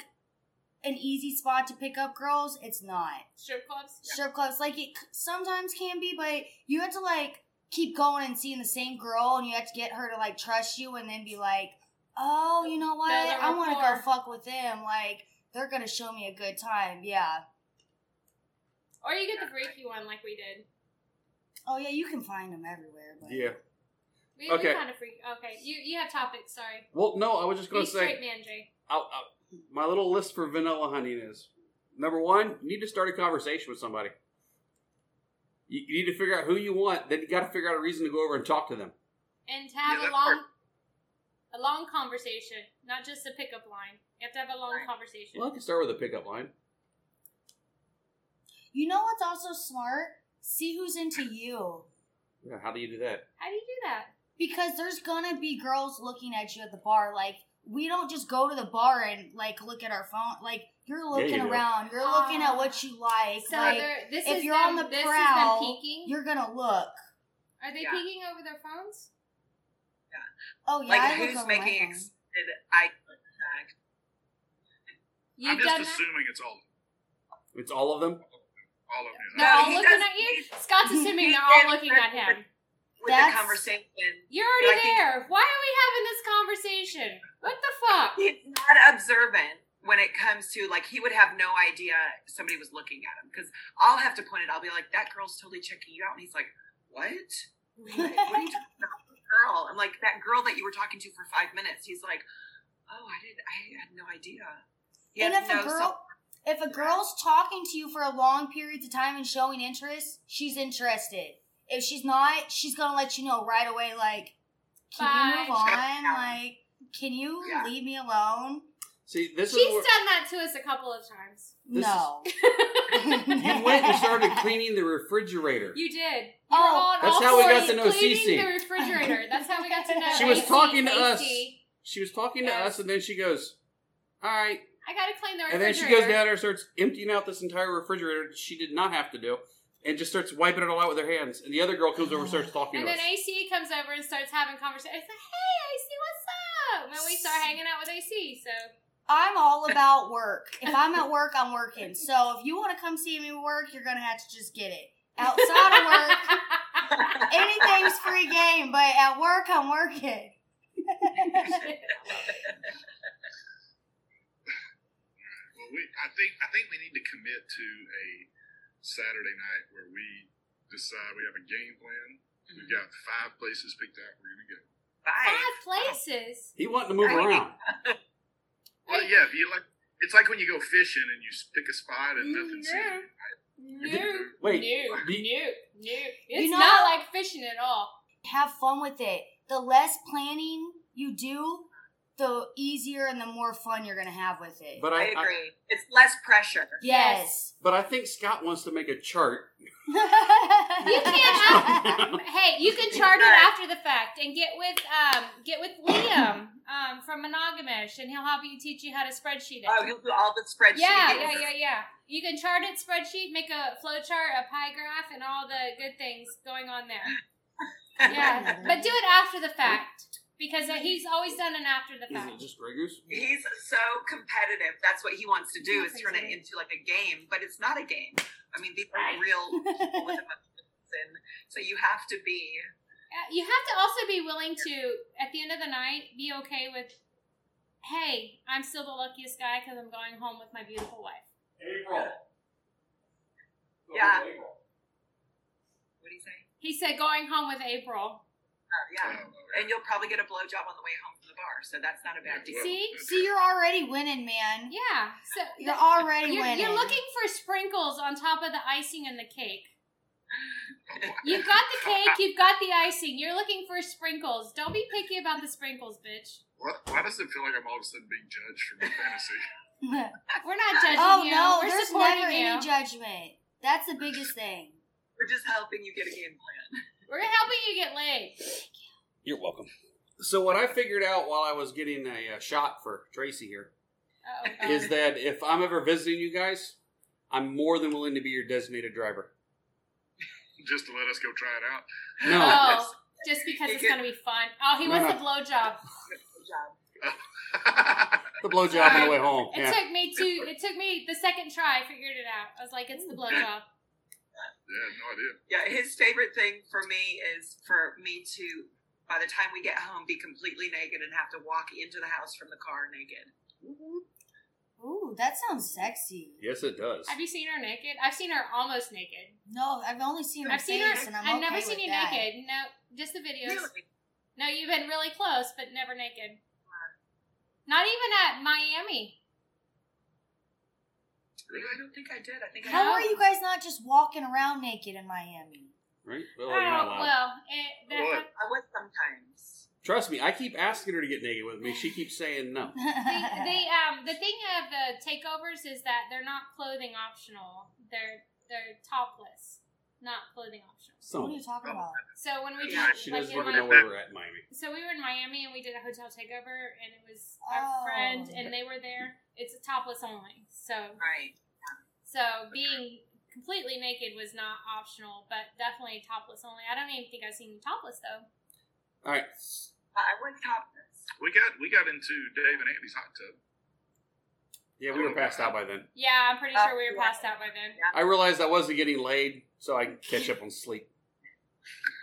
an easy spot to pick up girls. It's not.
strip clubs.
strip clubs. Like it c- sometimes can be, but you have to like keep going and seeing the same girl, and you have to get her to like trust you, and then be like, "Oh, you know what?
Build a
I want to go
rapport.
fuck with them. Like they're gonna show me a good time." Yeah.
Or you get the freaky one like we did.
Oh yeah, you can find them everywhere. But
Yeah.
We,
Okay.
we kind of freak. Okay. You you have topics. Sorry.
Well, no, I was just going
Be
to say.
straight man, Jay.
i i my little list for vanilla hunting is number one, you need to start a conversation with somebody. You, you need to figure out who you want, then you got to figure out a reason to go over and talk to them.
And to have
Yeah,
a
that
long a long conversation, not just a pickup line. You have to have a long
Right.
conversation.
Well, I can start with a pickup line.
you know what's also smart? See who's into you.
Yeah, how do you do that?
How do you do that?
because there's gonna be girls looking at you at the bar. Like we don't just go to the bar and like look at our phone. Like you're
you
looking
do.
around. You're looking
Ah.
at what you like.
So
like
they're, this
if
is
you're
them,
on the
this is
prowl,
them peeking.
you're gonna look.
Are they
Yeah.
peeking over their phones?
Oh yeah,
like
I look
who's
over my
making
phone.
extended eye contact?
You've
I'm just
done that.
assuming it's all
It's all of them.
all of you.
They're
No,
all
he
looking
does-
at you. Scott's
he-
assuming
he
they're all
is
looking at him.
With
That's-
the conversation,
You're already
Like he-
there. Why are we having this conversation? What the fuck?
he's not observant when it comes to like he would have no idea somebody was looking at him because I'll have to point it. I'll be like, "That girl's totally checking you out," and he's like, "What? What, what are you talking about, girl?" I'm like, "That girl that you were talking to for five minutes." He's like, "Oh, I didn't. I had no idea." He
And
had
if a
no
girl, if a girl's talking to you for a long period of time and showing interest, she's interested. If she's not, she's gonna let you know right away. Like, can you move
Bye.
on? Like, can you
Yeah.
leave me alone?
See, this
She's
is where,
done that to us a couple of times.
This
no.
you went and started cleaning the refrigerator.
You did. You
Oh.
were all on
That's
all
how we got
fours,
to know
including
Cece.
the refrigerator. That's how we got to know.
She was
AC,
talking to us.
AC.
She was talking to
Yes.
us, and then she goes, "All right,"
I gotta clean the
and then she
refrigerator.
goes down there and starts emptying out this entire refrigerator. that She did not have to do, and just starts wiping it all out with her hands. And the other girl comes over and starts talking
And
to
then
us.
AC comes over and starts having conversation. It's like, hey, AC, what's up? And we start hanging out with AC. So
I'm all about work. If I'm at work, I'm working. So if you want to come see me work, you're gonna have to just get it outside of work. Anything's free game, but at work, I'm working.
Well, we, I think I think we need to commit to a Saturday night where we decide we have a game plan. We've got five places picked out. We're gonna go.
Bye.
five places.
He wanted to move
I-
around.
Well,
Right.
yeah, if you like, it's like when you go fishing and you s- pick a spot
Mm,
and
No.
nothing. seems-
No.
Wait,
No.
do-
No. No. It's
You know-
not like fishing at all.
have fun with it. The less planning you do, the easier and the more fun you're gonna have with it.
But I,
I
I-
agree. It's less pressure.
yes.
but I think Scott wants to make a chart.
you
You
can't
can't have. hey, you can chart it after the fact and get with um get with Liam um from Monogamish, and he'll help you teach you how to spreadsheet it.
Oh, you'll do all the spreadsheet.
yeah, yeah, yeah, yeah. You can chart it, spreadsheet, make a flow chart, a pie graph, and all the good things going on there. Yeah, but do it after the fact because uh, he's always done it after
Is
the
it
fact.
just Grey Goose?
He's so competitive. That's what he wants to do is turn it
Crazy.
into like a game, but it's not a game. I mean, these are real people with emotions, and so you have to be.
Uh, You have to also be willing to, at the end of the night, be okay with, hey, I'm still the luckiest guy because I'm going home with my beautiful wife.
April.
Yeah. What do you say?
He said going home with April.
Uh, yeah,
Oh, well,
and you'll probably get a blowjob on the way home from the bar, so that's not a bad deal.
See?
See, you're already winning, man.
Yeah. So
You're already
you're,
winning.
you're looking for sprinkles on top of the icing and the cake.
yeah.
You've got the cake, you've got the icing. You're looking for sprinkles. Don't be picky about the sprinkles, bitch.
Why, why does it feel like I'm all of a sudden being judged for my fantasy?
We're not judging
oh
you.
no,
We're
there's
supporting
never
you.
any judgment. That's the biggest thing.
We're just helping you get a game plan.
We're helping you get laid.
You're welcome. So what I figured out while I was getting a uh, shot for Tracy here
Uh-oh,
Uh-huh.
God.
is that if I'm ever visiting you guys, I'm more than willing to be your designated driver.
Just to let us go try it out.
No.
Oh, just because it's gonna be fun. Oh, he wants
No,
the blowjob.
Blowjob.
The blowjob on the way home.
It
yeah.
took me two. It took me the second try. I figured it out. I was like, it's the blowjob.
yeah, no idea.
Yeah, his favorite thing for me is for me to, by the time we get home, be completely naked and have to walk into the house from the car naked.
Ooh, that sounds sexy.
yes, it does.
Have you seen her naked? I've seen her almost naked.
No, I've only seen her
I've
face,
seen her.
and
I've
I'm okay
never seen
with
you
that.
naked. No, just the videos.
Really?
No, you've been really close, but never naked. Not even at Miami.
I don't think I did. I think
How
I
are you guys not just walking around naked in Miami?
Right? Well,
Oh,
you're not allowed.
well, it, that
What?
hap-
I was sometimes.
Trust me, I keep asking her to get naked with me. She keeps saying no.
they, they um the thing of the takeovers is that they're not clothing optional. They're they're topless. not clothing optional.
What
Some.
are you talking about?
So when we did,
Yeah,
She
like,
doesn't
in
even
my-
know where we're at in Miami.
So we were in Miami and we did a hotel takeover, and it was our
Oh.
friend, and they were there. It's topless only, so
Right.
so being completely naked was not optional, but definitely topless only. I don't even think I've seen you topless though.
All right.
I went topless.
We got we got into Dave and Andy's hot tub.
Yeah, we were passed out by then.
Yeah, I'm pretty
Uh,
sure we were
yeah.
passed out by then.
I realized I wasn't getting laid, so I can catch up on sleep.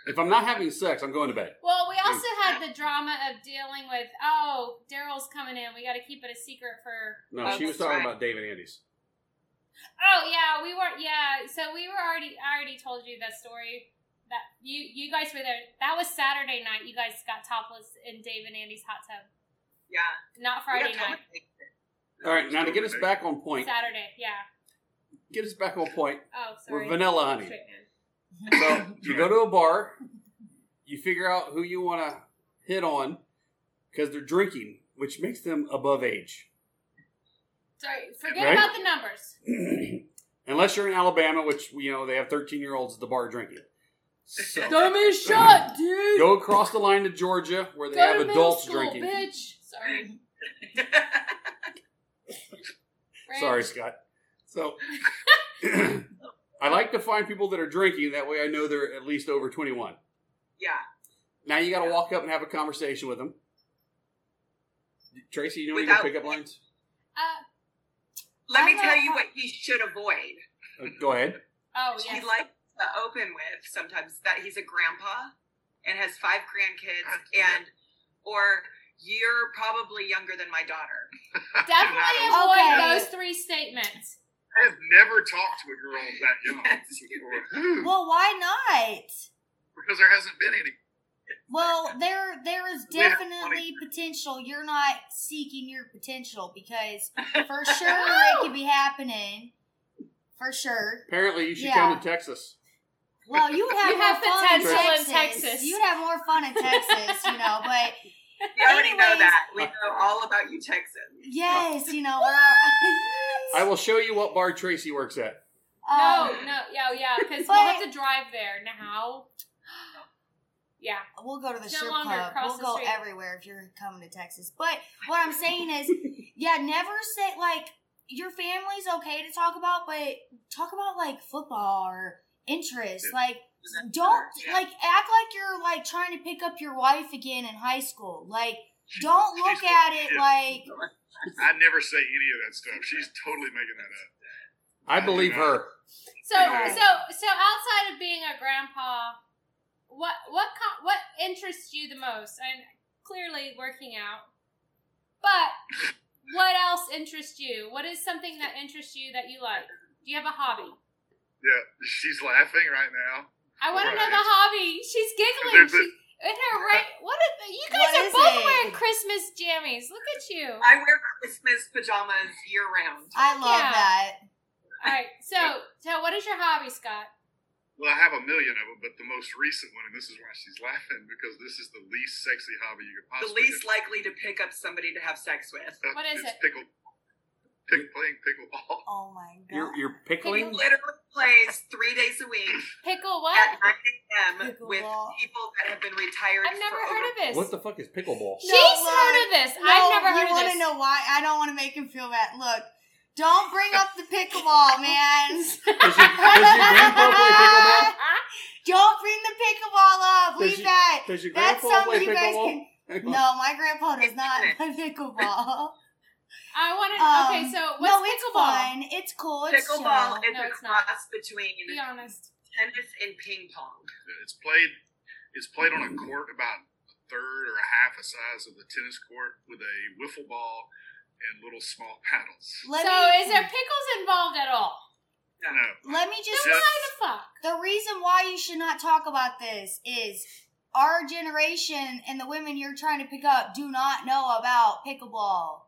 If I'm not having sex, I'm going to bed.
Well, we also had the drama of dealing with oh, Daryl's coming in. We got to keep it a secret for
No,
Oh,
she was
that's
talking
right.
about Dave and Andy's.
Oh yeah, we weren't. Yeah, so we were already. I already told you that story. That you you guys were there. That was Saturday night. You guys got topless in Dave and Andy's hot tub.
Yeah.
Not
We
Friday
got
night.
topless.
All right, now to get us back on point,
Saturday. Yeah.
get us back on point.
Oh,
We're
sorry.
vanilla honey.
Straight man.
So you go to a bar, you figure out who you want to hit on because they're drinking, which makes them above age.
Sorry. Forget
Right?
about the numbers.
Unless you're in Alabama, which you know they have 13 year olds at the bar drinking. So
me shut, dude.
go across the line to Georgia where they have adults drinking.
bitch. Sorry.
Sorry, Scott. So I like to find people that are drinking. That way, I know they're at least over 21.
yeah.
Now you got to walk up and have a conversation with them. Tracy, you know any good
Without-
pickup lines?
Uh,
Let
I
me
love
tell you
how-
what he should avoid.
Uh, Go ahead.
oh
He
yes.
likes to open with sometimes that he's a grandpa and has five grandkids and or you're probably younger than my daughter.
Definitely
I
avoid
Okay.
those three statements.
have never talked to a girl that young
Hmm.
before.
Well, why not?
because there hasn't been any.
Well, there there is
Yeah,
definitely potential. You're not seeking your potential because for sure it could be happening. For sure.
Apparently, you should
Yeah.
come to Texas.
Well, you would have
You
more
have
fun in
potential in
Texas.
Texas.
You'd have more fun in Texas, you know. But
We already know
Anyways.
that. We know all about you Texans.
yes, you know. We're,
I will show you what bar Tracy works at.
No,
Um,
no, yeah, yeah, because
But-
we'll have to drive there now. Yeah,
We'll go to the
No
strip
longer
club.
across
We'll
the
go
street.
everywhere if you're coming to Texas. But what I'm saying is, yeah, never say like your family's okay to talk about, but talk about like football or interests. Like, don't
Yeah.
like act like you're like trying to pick up your wife again in high school. Like, don't look at it like
I never say any of that stuff. She's totally making that up.
I believe her.
So
Yeah.
so so outside of being a grandpa, what what co- what interests you the most? And clearly working out. But what else interests you? What is something that interests you that you like? Do you have a hobby?
Yeah, she's laughing right now.
I want to know
Right.
the hobby. She's giggling.
There's a-
She's in her right. What are the, you guys
What
are
is
both
it?
wearing Christmas jammies? Look at you.
I wear Christmas pajamas year round.
I love
Yeah.
that.
All right. So so what is your hobby, Scott?
Well, I have a million of them, but the most recent one, and this is why she's laughing, because this is the least sexy hobby you could
The
possibly.
least likely to pick up somebody to have sex with.
Uh,
What is
it's
it?
Pickle, pick, playing pickleball.
Oh my god.
You're, you're pickling.
Literally plays three days a week
Pickle what?
at 9 a.m. with
Pickleball.
people that have been retired.
I've never
for over-
heard of this.
What the fuck is pickleball?
She's
No, look.
heard of this. I've never heard
you
of
want
this.
to know why? I don't want to make him feel bad. Look, don't bring up the pickleball, man.
Does your, does your grandpa play pickleball?
Don't bring the pickleball up.
Does
Leave
you-
that.
Does your
That's
grandpa play
something you guys
pickleball?
can. No, my grandpa does not play pickleball.
I want to.
Um,
okay, so what's
no, it's
pickleball?
fun. It's cool. It's
Pickleball
chill.
is
No,
a
it's not.
cross between
Be honest.
tennis and ping pong.
It's played. It's played on a court about a third or a half the size of the tennis court with a wiffle ball and little small paddles.
Let
so
me,
is there pickles involved at all?
No.
No,
Let me just.
Yes.
Why the fuck?
The reason why you should not talk about this is our generation and the women you're trying to pick up do not know about pickleball.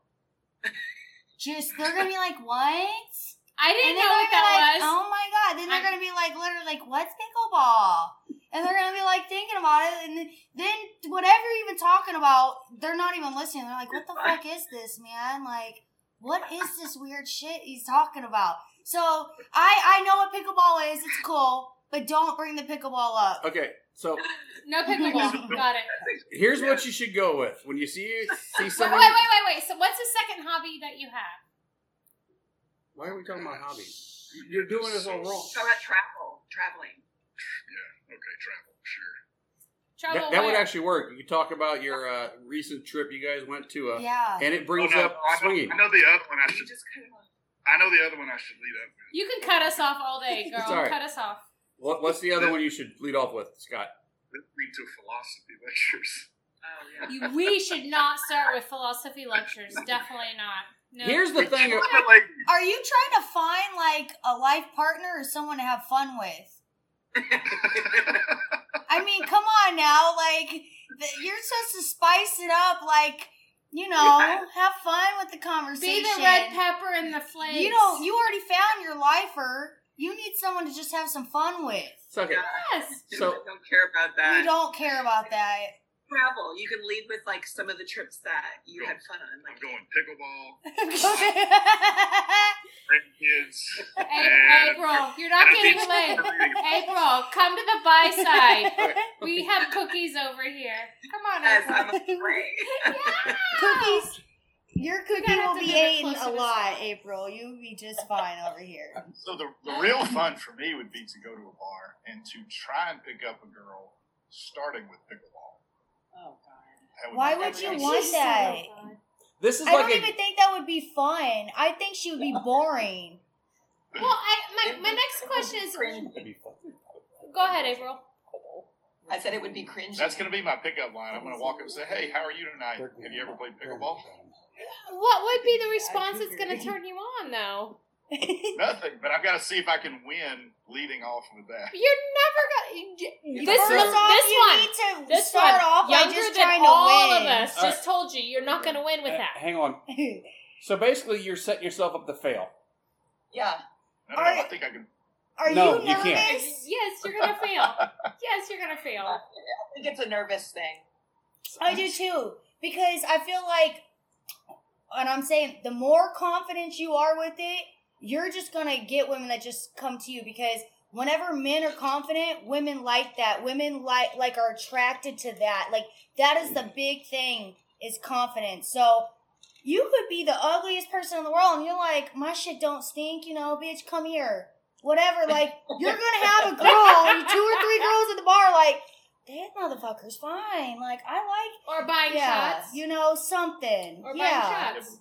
Just they're gonna be like, what?
I didn't know
And they're
what
gonna be
that
like,
was.
Oh my god! Then they're
I'm-
gonna be like, literally, like, what's pickleball? And they're gonna be like thinking about it, and then whatever you're even talking about, they're not even listening. They're like, what the fuck is this, man? Like, what is this weird shit he's talking about? So I I know what pickleball is. It's cool, But don't bring the pickleball up.
Okay, so
No pickleball. Got it.
here's what you should go with when you see see
Wait,
someone.
wait, wait, wait, wait. So, what's the second hobby that you have?
Why are we talking about hobbies? You're doing this all wrong.
Talk about travel, traveling.
Okay, travel, sure.
Travel.
That, that would
where?
actually work. You could talk about your uh, recent trip you guys went to, uh,
yeah.
and it brings
Oh, no,
up
I know,
swinging.
I know the other one I
You
should.
just kind of
I know the other one I should lead up with.
You can cut us off all day, girl.
It's all right.
Cut us off.
What, what's the other one you should lead off with, Scott?
Let's lead to philosophy lectures.
oh yeah.
You, we should not start with philosophy lectures. Definitely not. No.
Here's the thing.
But, like,
Are you trying to find like a life partner or someone to have fun with? I mean, come on now. Like, th- you're supposed to spice it up. Like, you know, have fun with the
be
conversation.
the red pepper and the flakes.
You don't. You already found your lifer. You need someone to just have some fun with.
Suck it.
Yes.
You
So-
don't care about that.
We don't care about that.
travel. You can lead with like some of the trips that you
Go.
had fun on.
I'm
Like
going pickleball,
That's
bring kids.
A-
and-
April, you're
and
not
a
getting
beach
away.
party.
April, come to the buy side.
Okay.
We have cookies over here. Come on,
yes,
April.
I'm afraid.
Cookies. Your cookie
gotta have to
will be
move it
eaten
closer
a
to
lot,
Scott.
April. You'll be just fine over here.
So the, the real fun for me would be to go to a bar and to try and pick up a girl, starting with pickleball.
oh god.
That
Why
be
would you
fantastic.
want that?
This is
I
like
don't
a. uh,
even think that would be fun. I think she would be boring.
Well, I, my, my next question is go ahead, April.
I said it would be cringe.
That's going to be my pickup line. I'm going to walk up and say, "Hey, how are you tonight? Have you ever played pickleball?"
What would be the response that's going to turn you on, though?
Nothing, but I've got to see if I can win leading off with that.
You're never going to. This,
First
this
off, you
one.
need to
This
start
one,
off by
younger
just
than
trying
all
to win.
of us,
All
just told you you're not going to win with
Uh,
that.
hang on. So basically, you're setting yourself up to fail.
Yeah.
No, no, no, I think I can.
Are
No, you
you nervous?
can't.
Yes, you're going to fail. Yes, you're going to fail.
I think it's a nervous thing.
I do too because I feel like, and I'm saying the more confident you are with it, you're just gonna get women that just come to you because whenever men are confident, women like that. Women like like are attracted to that. Like that is the big thing is confidence. So you could be the ugliest person in the world, and you're like, my shit don't stink, you know, bitch, come here. Whatever, like you're gonna have a girl, two or three girls at the bar, like that motherfucker's fine. Like I like
Or buying
yeah,
shots.
you know something.
or
yeah,
buying shots.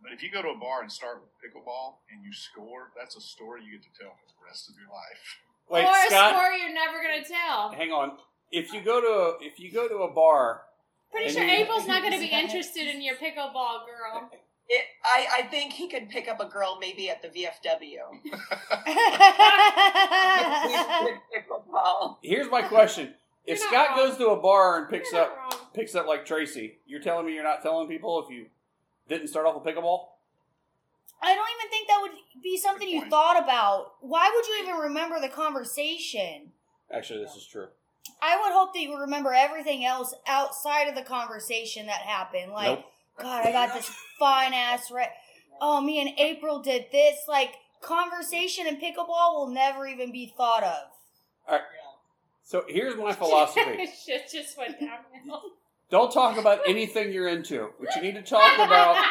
But if you go to a bar and start with pickleball and you score, that's a story you get to tell for the rest of your life.
Wait,
or a
Scott.
score you're never going to tell.
Hang on. If you go to a, if you go to a bar,
Pretty
And
sure
you-
April's not going to be interested in your pickleball girl.
It, I, I think he could pick up a girl maybe at the VFW. Pickleball.
here's my question: If
You're not
Scott
wrong.
goes to a bar and picks
You're not
up
wrong.
picks up like Tracy, you're telling me you're not telling people if you didn't start off with pickleball?
I don't even think that would be something you
point.
thought about. Why would you even remember the conversation?
Actually, this is true.
I would hope that you remember everything else outside of the conversation that happened. Like,
Nope.
God, I got this fine ass. Re- oh, me and April did this. Like, conversation and pickleball will never even be thought of.
So here's my philosophy.
Shit just went downhill.
Don't talk about anything you're into. What you need to talk about,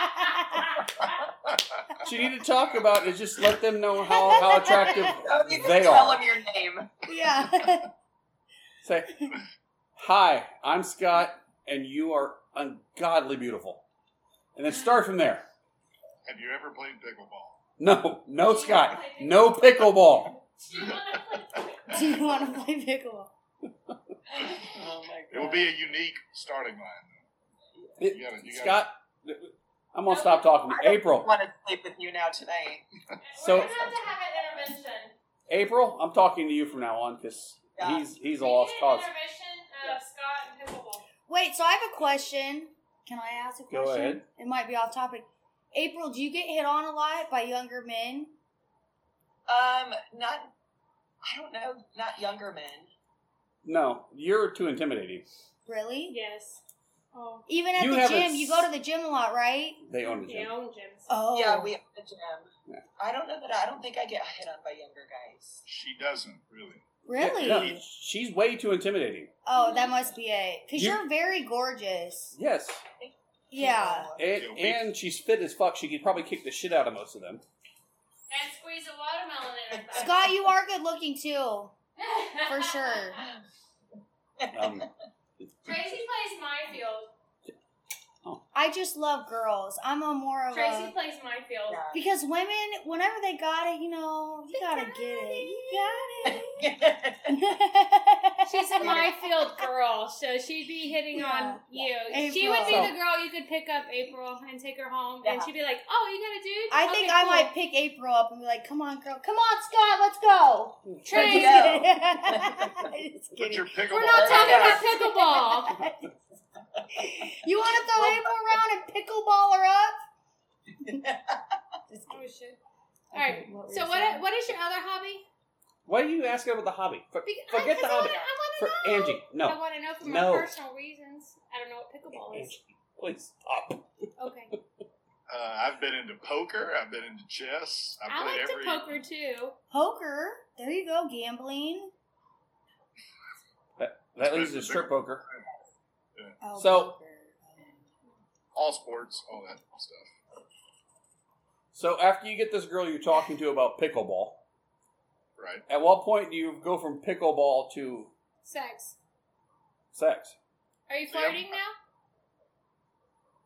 what you need to talk about is just let them know how, how attractive
Don't even
They
Oh, tell
are.
him your name.
Yeah.
say, "Hi, I'm Scott, and you are ungodly beautiful," and then start from there.
Have you ever played pickleball?
No, no, Scott, no pickleball.
Do you want to play pickleball?
Oh my
It will be a unique starting line.
It-
You gotta- you gotta-
Scott, I'm gonna stop talking.
I
April,
want to sleep with you now tonight.
So-
We're going to have to have an intervention.
April, I'm talking to you from now on because
Yeah.
he's he's a lost
We need
cause.
An intervention of Scott and pickleball.
Wait, so I have a question. Can I ask a
Go
question?
ahead.
It might be off topic. April, do you get hit on a lot by younger men?
Um, not, I don't know, not younger men.
No, you're too intimidating.
Really?
Yes. Oh.
Even at
You
the
haven't
gym, you go to the gym a lot, right?
They own a gym.
Yeah, own gyms.
Oh,
Yeah, we have the gym.
Yeah.
I don't know that I don't think I get hit on by younger guys.
She doesn't really.
really?
Yeah, no, she's way too intimidating.
Oh, that must be it. Because
You-
you, are very gorgeous.
Yes,
Yeah.
and
Yeah, we-
and she's fit as fuck. She could probably kick the shit out of most of them.
And squeeze a watermelon in her butt.
Scott, you are good looking too. for sure.
Um,
Tracy plays my field.
I just love girls. I'm a more of
Tracy
a.
plays my field.
Because women, whenever they got it, you know, you gotta get it. You
Yeah.
got it.
She's a my field girl, so she'd be hitting on you. She would be
April.
the girl you could pick up April and take her home,
Yeah.
and she'd be like, "Oh, you got a dude?"
I think I might pick April up and be like, come on, girl. Come on, Scott, let's go.
Tracy.
Just
Put
kidding.
your pickle
We're
ball
not talking
down.
about pickleball.
you want to throw April around and pickleball her up? Just
oh
kidding.
shit! All right.
Okay, were
So
you
what?
saying?
What is your other hobby?
why do you ask about the hobby? For,
Be- I-
forget the
I
hobby.
wanna- I
For
want to know.
Angie,
I
no,
want to know for my
Oh, No.
personal reasons. I don't know what pickleball is.
Angie, please stop.
Okay.
Uh, I've been into poker. I've been into chess. I've
I
played
like to
every.
poker too.
Poker. There you go, gambling.
That leads to strip poker.
Oh,
So-
All sports, all that stuff.
So after you get this girl you're talking to about pickleball,
Right.
at what point do you go from pickleball to
Sex.
sex?
Are you
Yeah.
flirting now?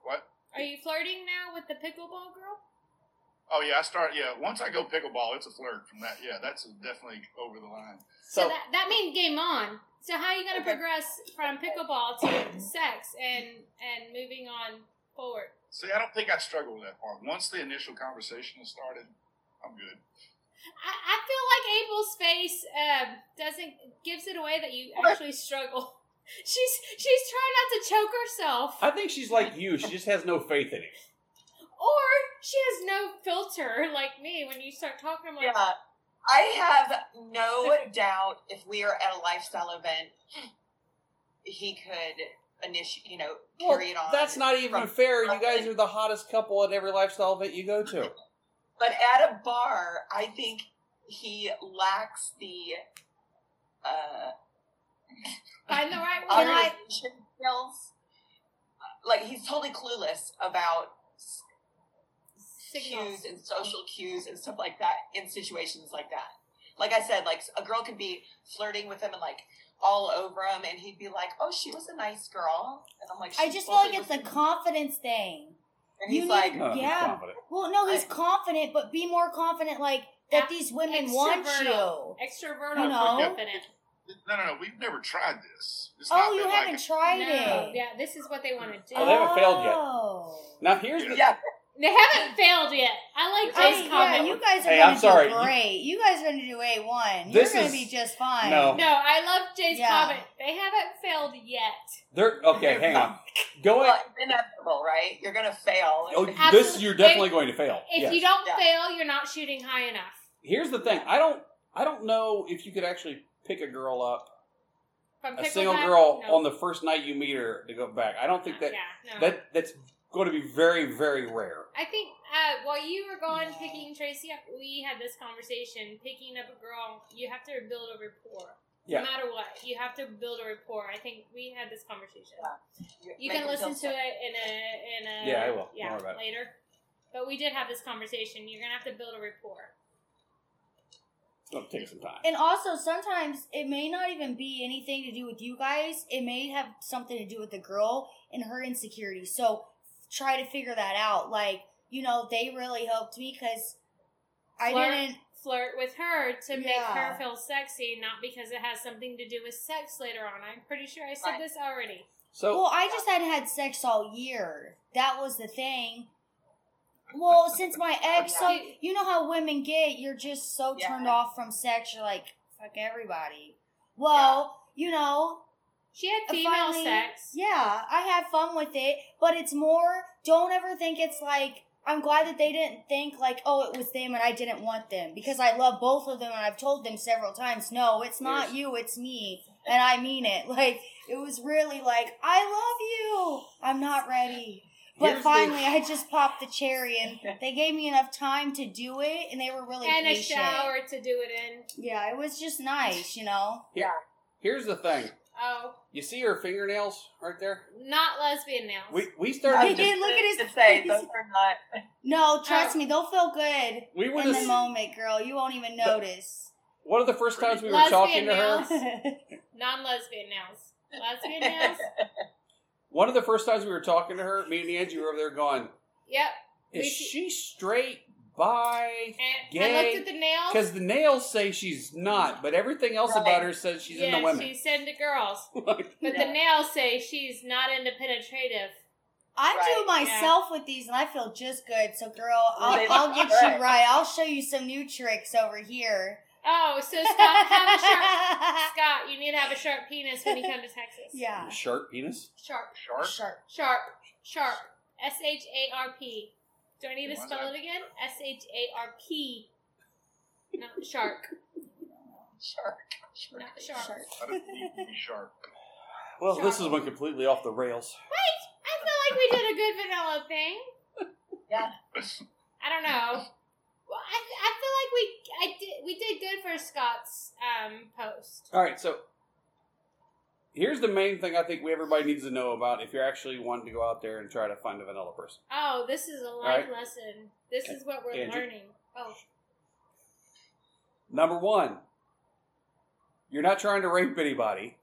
What?
Are you flirting now with the pickleball girl?
Oh yeah, I start. Yeah, once I go pickleball, it's a flirt from that. Yeah, that's definitely over the line.
So, that, that means game on. So how are you going to progress from pickleball to sex and and moving on forward?
See, I don't think I struggle with that part. Once the initial conversation has started, I'm good.
I, I feel like April's face um, doesn't gives it away that you actually struggle. She's she's trying not to choke herself,
I think she's like you. She just has no faith in it.
or she has no filter like me. When you start talking, I'm like,
Yeah. I have no doubt if we are at a lifestyle event, he could initiate, you know,
Well,
carry it on.
that's not even
from-
fair. You guys are the hottest couple at every lifestyle event you go to.
But at a bar, I think he lacks the uh,
find the right one.
organization skills. uh, Like he's totally clueless about s-
Signals.
cues and social cues and stuff like that in situations like that. Like I said, like a girl could be flirting with him and like all over him, and he'd be like, "Oh, she was a nice girl," and I'm like,
I
"She
just feel
totally
like it's
was-
the confidence thing.
And he's
you
like,
need- Yeah. Well, no, he's
I-
confident, but be more confident, like that these women want
Extrovertal.
you.
Extrovert
You
or
know?
confident.
No, no, no. We've never tried this. It's
Oh,
not
you
been
haven't
Like,
tried
No,
it.
yeah, this is what they want to do.
Oh, they haven't failed yet.
Oh.
Now here's the
"Yeah,
They haven't failed yet. I like
I
Jay's
mean, yeah,
comment.
you guys are
Hey,
gonna
I'm sorry.
do
You-
great. You, guys are gonna do A one. You're
This
gonna
is-
be just fine.
No.
no, I love Jay's
Yeah.
comment. They haven't failed yet.
they're okay. Hang on. Go
well,
ahead.
it's inevitable, right? You're gonna fail."
Oh, this
absolutely.
you're definitely going to fail.
If
Yes.
you don't
Yeah.
fail, you're not shooting high enough.
Here's the thing. I don't. I don't know if you could actually pick a girl up,
From
a
pickle
single
back?
girl,
No.
on the first night you meet her to go back. I don't think that
Yeah, no.
that that's going to be very very rare.
I think uh, while you were gone
Yeah.
picking Tracy up, we had this conversation. Picking up a girl, you have to build a rapport.
Yeah.
No matter what, you have to build a rapport. I think we had this conversation.
Yeah.
You can listen to it in a in a
Yeah, I will. Don't
yeah
worry about it.
later. But we did have this conversation. You're gonna have to build a rapport.
It's going to take some time.
And also, sometimes it may not even be anything to do with you guys. It may have something to do with the girl and her insecurity. So try to figure that out. Like, you know, they really helped me because I
Flirt.
didn't.
Flirt with her to make
Yeah.
her feel sexy, not because it has something to do with sex later on. I'm pretty sure I said
Right.
this already.
So
Well, I just hadn't had sex all year. That was the thing. Well, since my ex, so
Yeah.
you know how women get, you're just so
Yeah.
turned off from sex. You're like, fuck everybody. Well, you know,
She had
Uh,
female
finally-
sex.
Yeah, I had fun with it, but it's more don't ever think it's like I'm glad that they didn't think like oh it was them and I didn't want them because I love both of them and I've told them several times no, it's not
Yes.
you, it's me. and I mean it. Like it was really like, I love you. I'm not ready. But
Here's the-
finally, I just popped the cherry, and they gave me enough time to do it, and they were really
and a
patient.
shower to do it in.
Yeah, it was just nice, you know.
Here's the thing.
Oh,
You see her fingernails right there?
not lesbian nails.
We we
I
started.
did
To,
look at his
to say
face.
those are not.
No, trust
Oh.
me, they'll feel good
we were
in the
the,
moment, girl. You won't even notice.
one of the first times we were
Lesbian
talking to her.
nails. Non-lesbian nails. Lesbian nails.
One of the first times we were talking to her, me and Angie were over there going,
Yep.
"Is
We-
she straight by?"
And I
Gay.
looked at the nails.
Because the nails say she's not, but everything else
Right.
about her says she's
yeah,
into women.
she's into girls.
Like,
But the
Yeah.
nails say she's not into penetrative.
I do
Right,
yeah.
myself with these, and I feel just good. So, girl,
They
I'll,
look
I'll get
great.
you right. I'll show you some new tricks over here.
Oh, so Scott, have a sharp. Scott, you need to have a sharp penis when you come to Texas.
yeah,
Sharp penis.
Sharp.
Shark.
sharp.
Sharp. Sharp. S H A R P. Do I need to
Why is
spell
that?
it again? S H A R P. Not shark.
Sure.
Not shark.
Shark.
Let it be be sharp.
Well, this is
Sharp.
one completely off the rails.
Wait, I feel like we did a good vanilla thing.
Yeah.
I don't know. Well, I, I feel like we I did we did good for Scott's um post.
All right, so here's the main thing I think we everybody needs to know about if you're actually wanting to go out there and try to find a vanilla person.
Oh, this is a life
right.
lesson. This is what we're
Andrew.
learning. Oh,
Number one, you're not trying to rape anybody.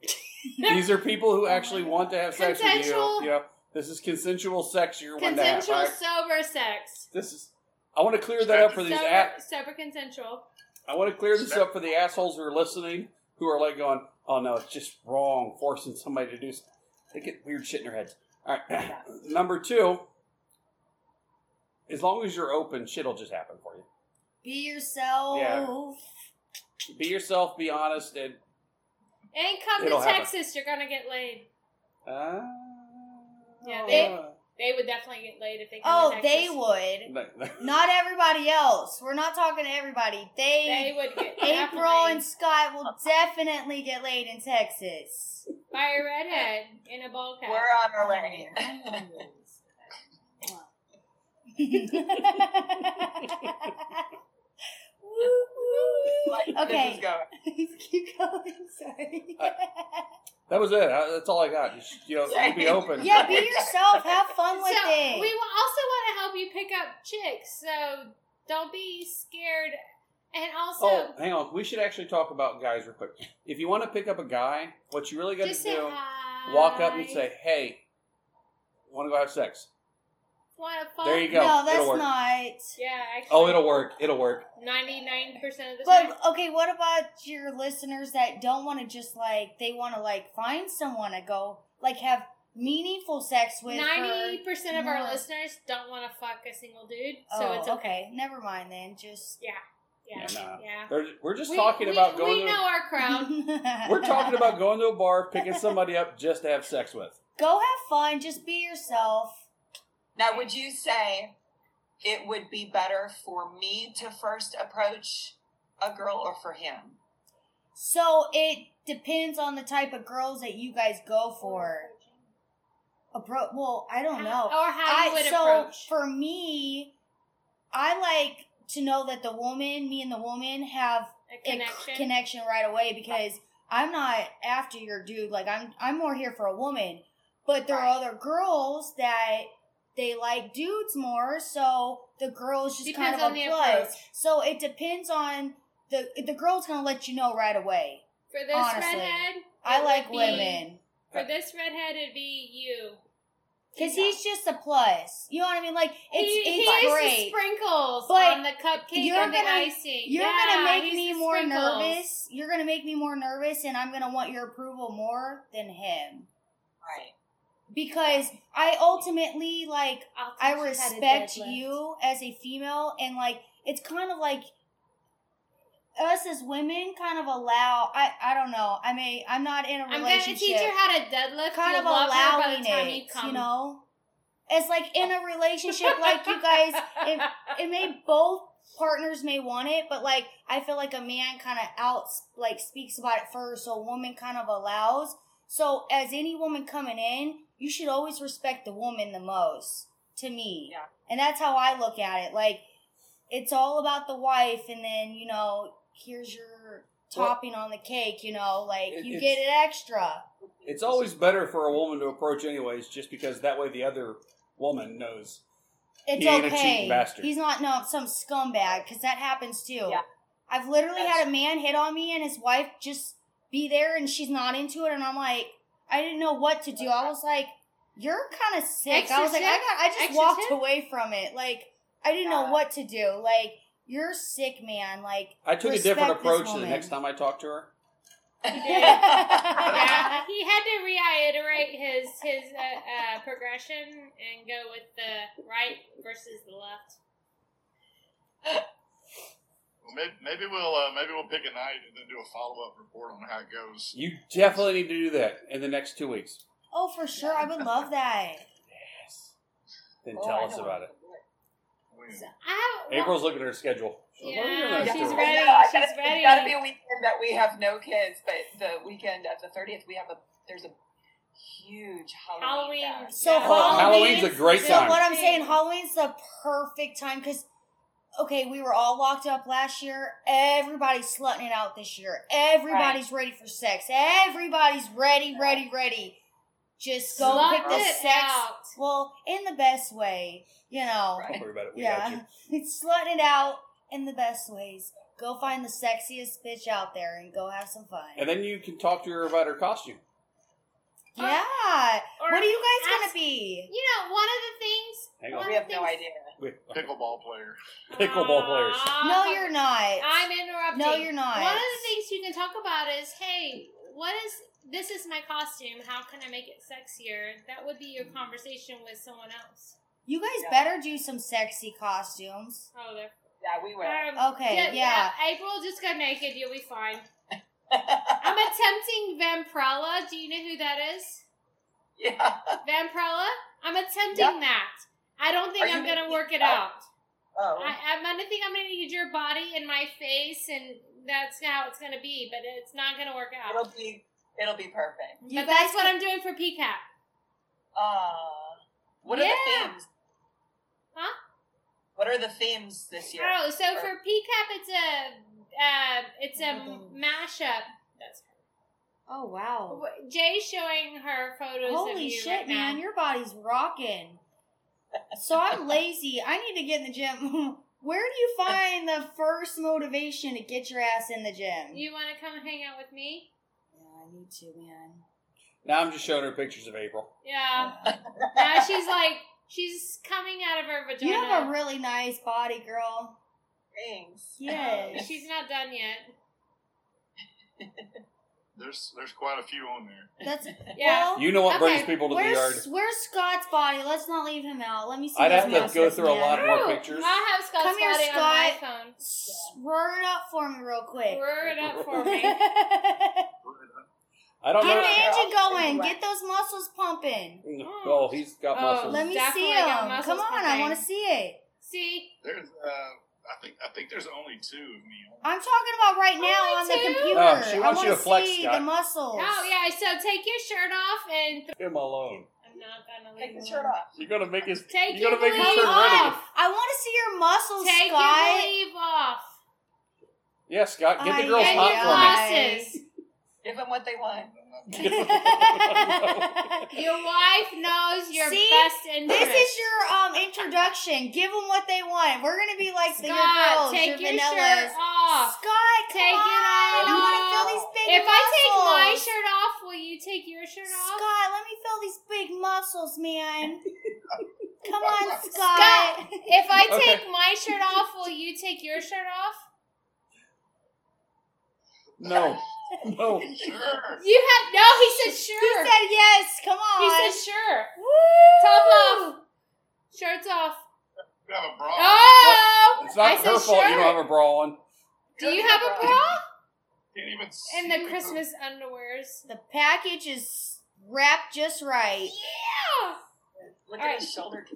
These are people who actually want to have sex with you.
Consensual-
Yeah, this is consensual sex. You're wanting to have.
consensual
all right?
sober sex.
This is. I want to clear that up for these.
sober,
At,
sober consensual.
I want to clear this up for the assholes who are listening, who are like going, "Oh no, it's just wrong forcing somebody to do." s-" They get weird shit in their heads. All right, number two. As long as you're open, shit'll just happen for you.
Be yourself.
Be yourself, be honest, and
And come
It'll
to
happen.
Texas, you're gonna get laid.
uh,
Yeah, they- They would definitely get laid if they came
Oh,
to Texas.
they would.
they
Not everybody else. We're not talking to everybody.
They
They,
would get
April
definitely
and Scott will definitely get laid in Texas.
by a redhead in a bowl
We're
cut.
on our way. Like, This
Okay.
is going.
Keep going. Sorry.
Uh, That was it. I, that's all I got. You, should- you know, you be open.
yeah, be yourself. Have fun with
so
it.
we will also want to help you pick up chicks, so don't be scared. And also,
Oh, hang on. We should actually talk about guys real quick. If you want to pick up a guy, what you really got to
just say
do,
hi.
walk up and say, "Hey, want to go have sex?"
"Want to fuck?"
There you go.
no,
It'll
that's
work.
not.
Yeah, actually,
Oh, it'll work. It'll work.
ninety-nine percent of the time.
But okay, what about your listeners that don't want to just like they want to like find someone to go like have meaningful sex with? for-
Ninety percent of our
more.
listeners don't want to fuck a single dude,
Oh,
so it's okay.
okay. Never mind then. Just
Yeah,
Yeah, nah.
yeah.
They're- We're just
We-
talking
we-
about going.
We
to,
know our crowd.
We're talking about going to a bar, picking somebody up just to have sex with.
go have fun. Just be yourself.
Now, would you say it would be better for me to first approach a girl or for him?
So it depends on the type of girls that you guys go for. Appro- well, I don't know.
Or how you
I
would
so
approach.
for me, I like to know that the woman, me and the woman, have
a
a
connection.
connection right away because I'm not after your dude. Like I'm, I'm more here for a woman. But there
Right.
are other girls that they like dudes more, so the girls just
Depends
kind
on
of
the
applies.
approach.
So it depends on the the girl's gonna let you know right away.
For this
Honestly.
redhead,
I
it
like
would be-
women
For this redhead, it'd be you.
because he's just a plus. You know what I mean? Like it's
he,
it's
he's
great.
the sprinkles
But
on the cupcake
you're
and the
gonna-
icing.
You're
Yeah,
gonna make
he's
me
the
more
sprinkles.
nervous. You're gonna make me more nervous, and I'm gonna want your approval more than him
Right.
because I ultimately like
I'll teach
I
you how to
respect
deadlift.
you as a female, and like it's kind of like us as women kind of allow. I I don't know. I may I'm not in a
I'm
relationship.
gonna teach you how to deadlift.
kind
You'll
of
love her by
allowing
the time you
it, you,
come.
know. It's like in a relationship, like you guys, it, it may both partners may want it, but like I feel like a man kind of out like speaks about it first, so a woman kind of allows. So as any woman coming in, you should always respect the woman the most. To me,
Yeah.
and that's how I look at it. Like it's all about the wife, and then you know here's your topping on the cake. You know, like
It-
you
it's-
get it extra.
It's always better for a woman to approach, anyways, just because that way the other woman knows.
It's
He ain't a
okay.
cheating bastard.
He's not no some scumbag because that happens too.
Yeah.
I've literally
That's-
had a man hit on me and his wife just be there and she's not into it and I'm like I didn't know what to do. I was like, "You're kind of sick." I
Extra
was like, "I
shit?
got." I just
Extra
walked
shit?
away from it. Like I didn't know
Yeah.
what to do. Like you're sick, man. Like
I took a
Respect
different
this
approach the
woman.
next time I talked to her.
yeah, he had to reiterate his his uh, uh, progression and go with the right versus the left.
Well, maybe, maybe we'll uh, maybe we'll pick a night and then do a follow up report on how it goes.
You definitely need to do that in the next two weeks.
oh, for sure, I would love that.
Yes. Then
Oh, I
tell us
know.
about it.
When-
I have,
April's looking at her schedule. She's like, "What are you doing
Yeah,
next
she's
week?"
ready.
I know, I gotta-
She's ready.
It's got to be a weekend that we have no kids, but the weekend of the thirtieth, we have a there's a huge Halloween.
Halloween.
So
yeah.
Halloween's a great
So
time.
what I'm saying, Halloween's the perfect time because okay, we were all locked up last year. Everybody's slutting it out this year. Everybody's ready for sex. Everybody's ready, ready, ready. Just go
Slut
pick the
it
sex.
out.
Well, in the best way, you know.
Right.
Don't worry about it. We got
Yeah,
you.
it's slutting it out in the best ways. Go find the sexiest bitch out there and go have some fun.
And then you can talk to her about her costume.
yeah.
Or,
what are you guys
ask-
gonna be?
You know, one of the things.
Hang
one
on.
of
We
the
have no
things-
idea.
Wait.
Pickleball player.
Pickleball players.
Aw,
No, you're not.
I'm interrupting.
No, you're not.
One of the things you can talk about is, hey, what is this is my costume? How can I make it sexier? That would be your conversation with someone else.
You guys
Yeah.
better do some sexy costumes.
Oh, there.
Yeah, we will.
Um,
Okay,
April, just go naked. You'll be fine. I'm attempting Vamprella. Do you know who that is?
yeah.
Vamprella. I'm attempting
Yeah.
that. I don't think
Are you
I'm gonna
making
work it
that?
out.
Oh.
I, I'm gonna think I'm gonna need your body and my face, and that's how it's gonna be. But it's not gonna work out.
It'll be it'll be perfect.
but that's what I'm doing for PCAP.
Uh, what are
Yeah.
the themes?
Huh?
What are the themes this year?
Oh, so
Uh,
for PCAP, it's a uh, it's a mashup. That's
Oh wow!
Jay's showing her photos. of
Holy
you
shit,
right
man,
Now.
your body's rocking. So I'm lazy. I need to get in the gym. Where do you find the first motivation to get your ass in the gym?
You want to come hang out with me?
yeah, I need to, man.
Now I'm just showing her pictures of April.
Yeah. now she's like she's coming out of her vagina.
You have a really nice body, girl.
Things.
Yes.
she's not done yet.
There's there's quite a few on there.
That's
Yeah.
Well,
You know what
Okay,
brings people to the
where's,
yard?
where's Scott's body? Let's not leave him out. Let me see.
I'd
this
have to
mouse
go
with
through a
me.
lot more
Ooh,
pictures.
I have Scott's
Come here,
body
Scott.
on my phone.
S- Roar it up for me, real quick.
Roar it up for me.
Get
I don't
Give
know.
the
me-
engine going.
Anyway.
Get those muscles pumping.
Oh, he's got
Oh,
muscles.
Let me
Definitely
see
got
them.
muscles
Come on, I
pumping.
want to see it.
See,
There's uh, I think I think there's only two of me. on
I'm talking about right now
Oh,
on
me
the
too.
computer.
Oh, she
I
wants
want
you to
to
flex,
see the
Scott.
muscles.
oh yeah. So take your shirt off and th-
Leave him alone.
I'm not gonna leave.
Take
him
the shirt
alone.
off.
You're gonna make his.
Take
you're gonna
your
make him
believe
turn red
off.
again.
I want to see your muscles,
Take your
Oh, Scott.
sleeve off.
Yeah, Scott, get
Ay,
the girls
And
Not
your
hot
glasses.
Give them what they want.
for me.
Your wife knows your
See?
best interest.
This is your um introduction. Give them what they want. We're gonna be like the your
God,
girls,
take your
your, vanillas.
shirt off.
Scott, come
Take it
on. I want to feel
off.
these big
If
muscles.
I take my shirt off, will you take your shirt off?
Scott, let me feel these big muscles, man. Come on,
Scott,
Scott.
If I
Okay.
take my shirt off, will you take your shirt off?
no, no.
there. Sure.
You have no. He said
He
sure.
said yes. Come on.
He said sure.
Woo!
Top off. Shirts off.
You have a bra.
Oh!
It's
I
not
said
her fault you
shirt.
don't have a bra on.
Do you have a bra?
Can't even see
And the Christmas underwears.
The package is wrapped just right.
Yeah.
Look
All
at
right.
his shoulder.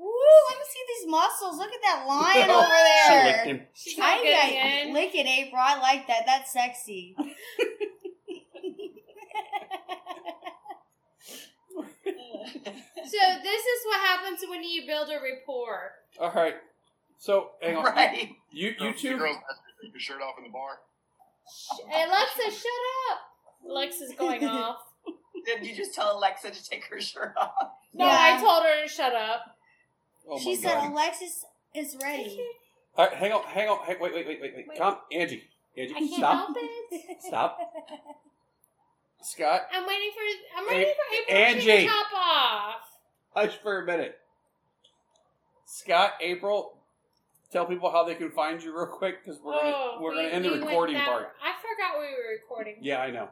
Woo, let me see these muscles. Look at that lion over
She licked
there.
him.
She's
I
not good
ain't
again.
got- lick it, April. I like that. That's sexy.
So this is what happens when you build a rapport.
All right. So hang on.
right.
You
Oh,
you
the
two.
girls asked you to take your shirt off in the bar.
Hey, Alexa, shut up. Alexa's going off.
Did you just tell Alexa to take her shirt off?
No,
Yeah.
I told her to shut up.
Oh my
she
God.
said Alexis is ready.
All right, hang on, hang on, hang, wait, wait, wait, wait, wait.
Wait.
Come, Angie, Angie,
I can't
stop,
help it.
stop. Scott,
I'm waiting for I'm waiting for April to
Angie.
take the top off.
hush for a minute. Scott, April, tell people how they can find you real quick because we're gonna,
Oh,
we're
we-
gonna end
we
the
went
recording
that-
part.
I forgot we were recording.
Yeah, I know.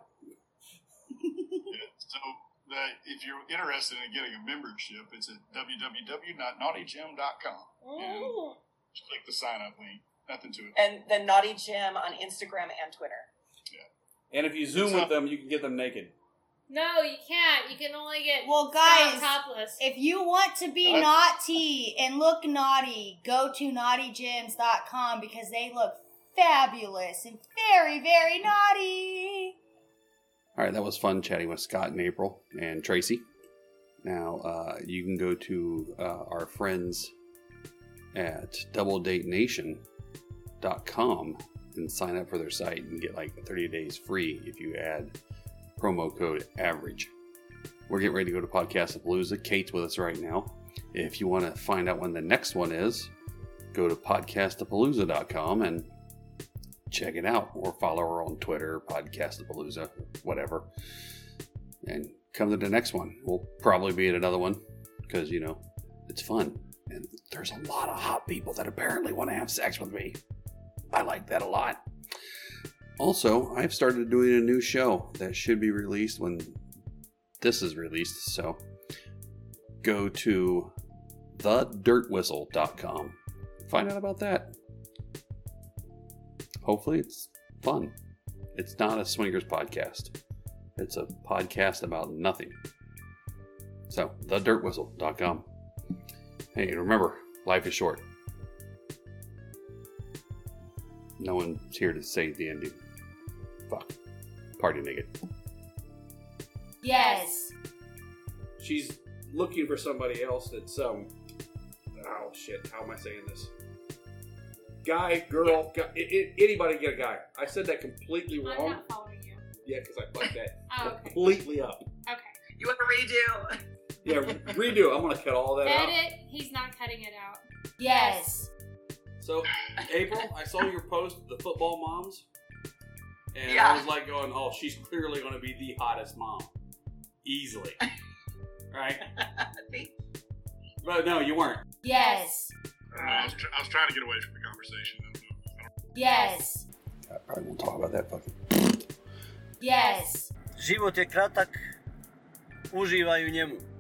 So that if you're interested in getting a membership, it's at www.naughtygym.com.
Ooh.
Just click the sign up link. Nothing to it.
And then Naughty Jim on Instagram and Twitter.
And if you zoom with them, you can get them naked.
No, you can't. You can only get
Well,
Scott
guys,
topless.
if you want to be
I-
naughty and look naughty, go to naughtygyms.com because they look fabulous and very, very naughty.
All right, that was fun chatting with Scott and April and Tracy. Now uh, you can go to uh, our friends at DoubleDateNation.com and sign up for their site and get like 30 days free if you add promo code AVERAGE. We're getting ready to go to Podcast Palooza. Kate's with us right now. If you want to find out when the next one is, go to podcastapalooza.com and check it out or follow her on Twitter, Podcastapalooza, whatever. And come to the next one. We'll probably be at another one because, you know, it's fun. And there's a lot of hot people that apparently want to have sex with me. I like that a lot. Also, I've started doing a new show that should be released when this is released. So go to thedirtwhistle.com. Find out about that hopefully it's fun. It's not a swingers podcast. It's a podcast about nothing. So, thedirtwhistle.com. Hey, and remember, life is short. No one's here to say the ending. Fuck. Party naked.
Yes.
She's looking for somebody else that's um. Oh shit! How am I saying this? Guy, girl, guy, i i anybody get a guy? I said that completely
I'm
wrong.
not following you.
Yeah, because I fucked that
Oh, okay.
completely up.
You want to redo?
Yeah, redo. it. I'm gonna cut all that out.
Edit. He's not cutting it out.
Yes.
So, April, I saw your post, the football moms, and I
Yeah.
was like going, "Oh, she's clearly going to be the hottest mom, easily." right? But no, you weren't.
Yes.
I, don't know, Uh, I, was tr- I was trying to get away from the conversation. I don't know.
Yes.
I probably won't talk about that fucking.
Yes.
Život je kratak, uživaj u njemu.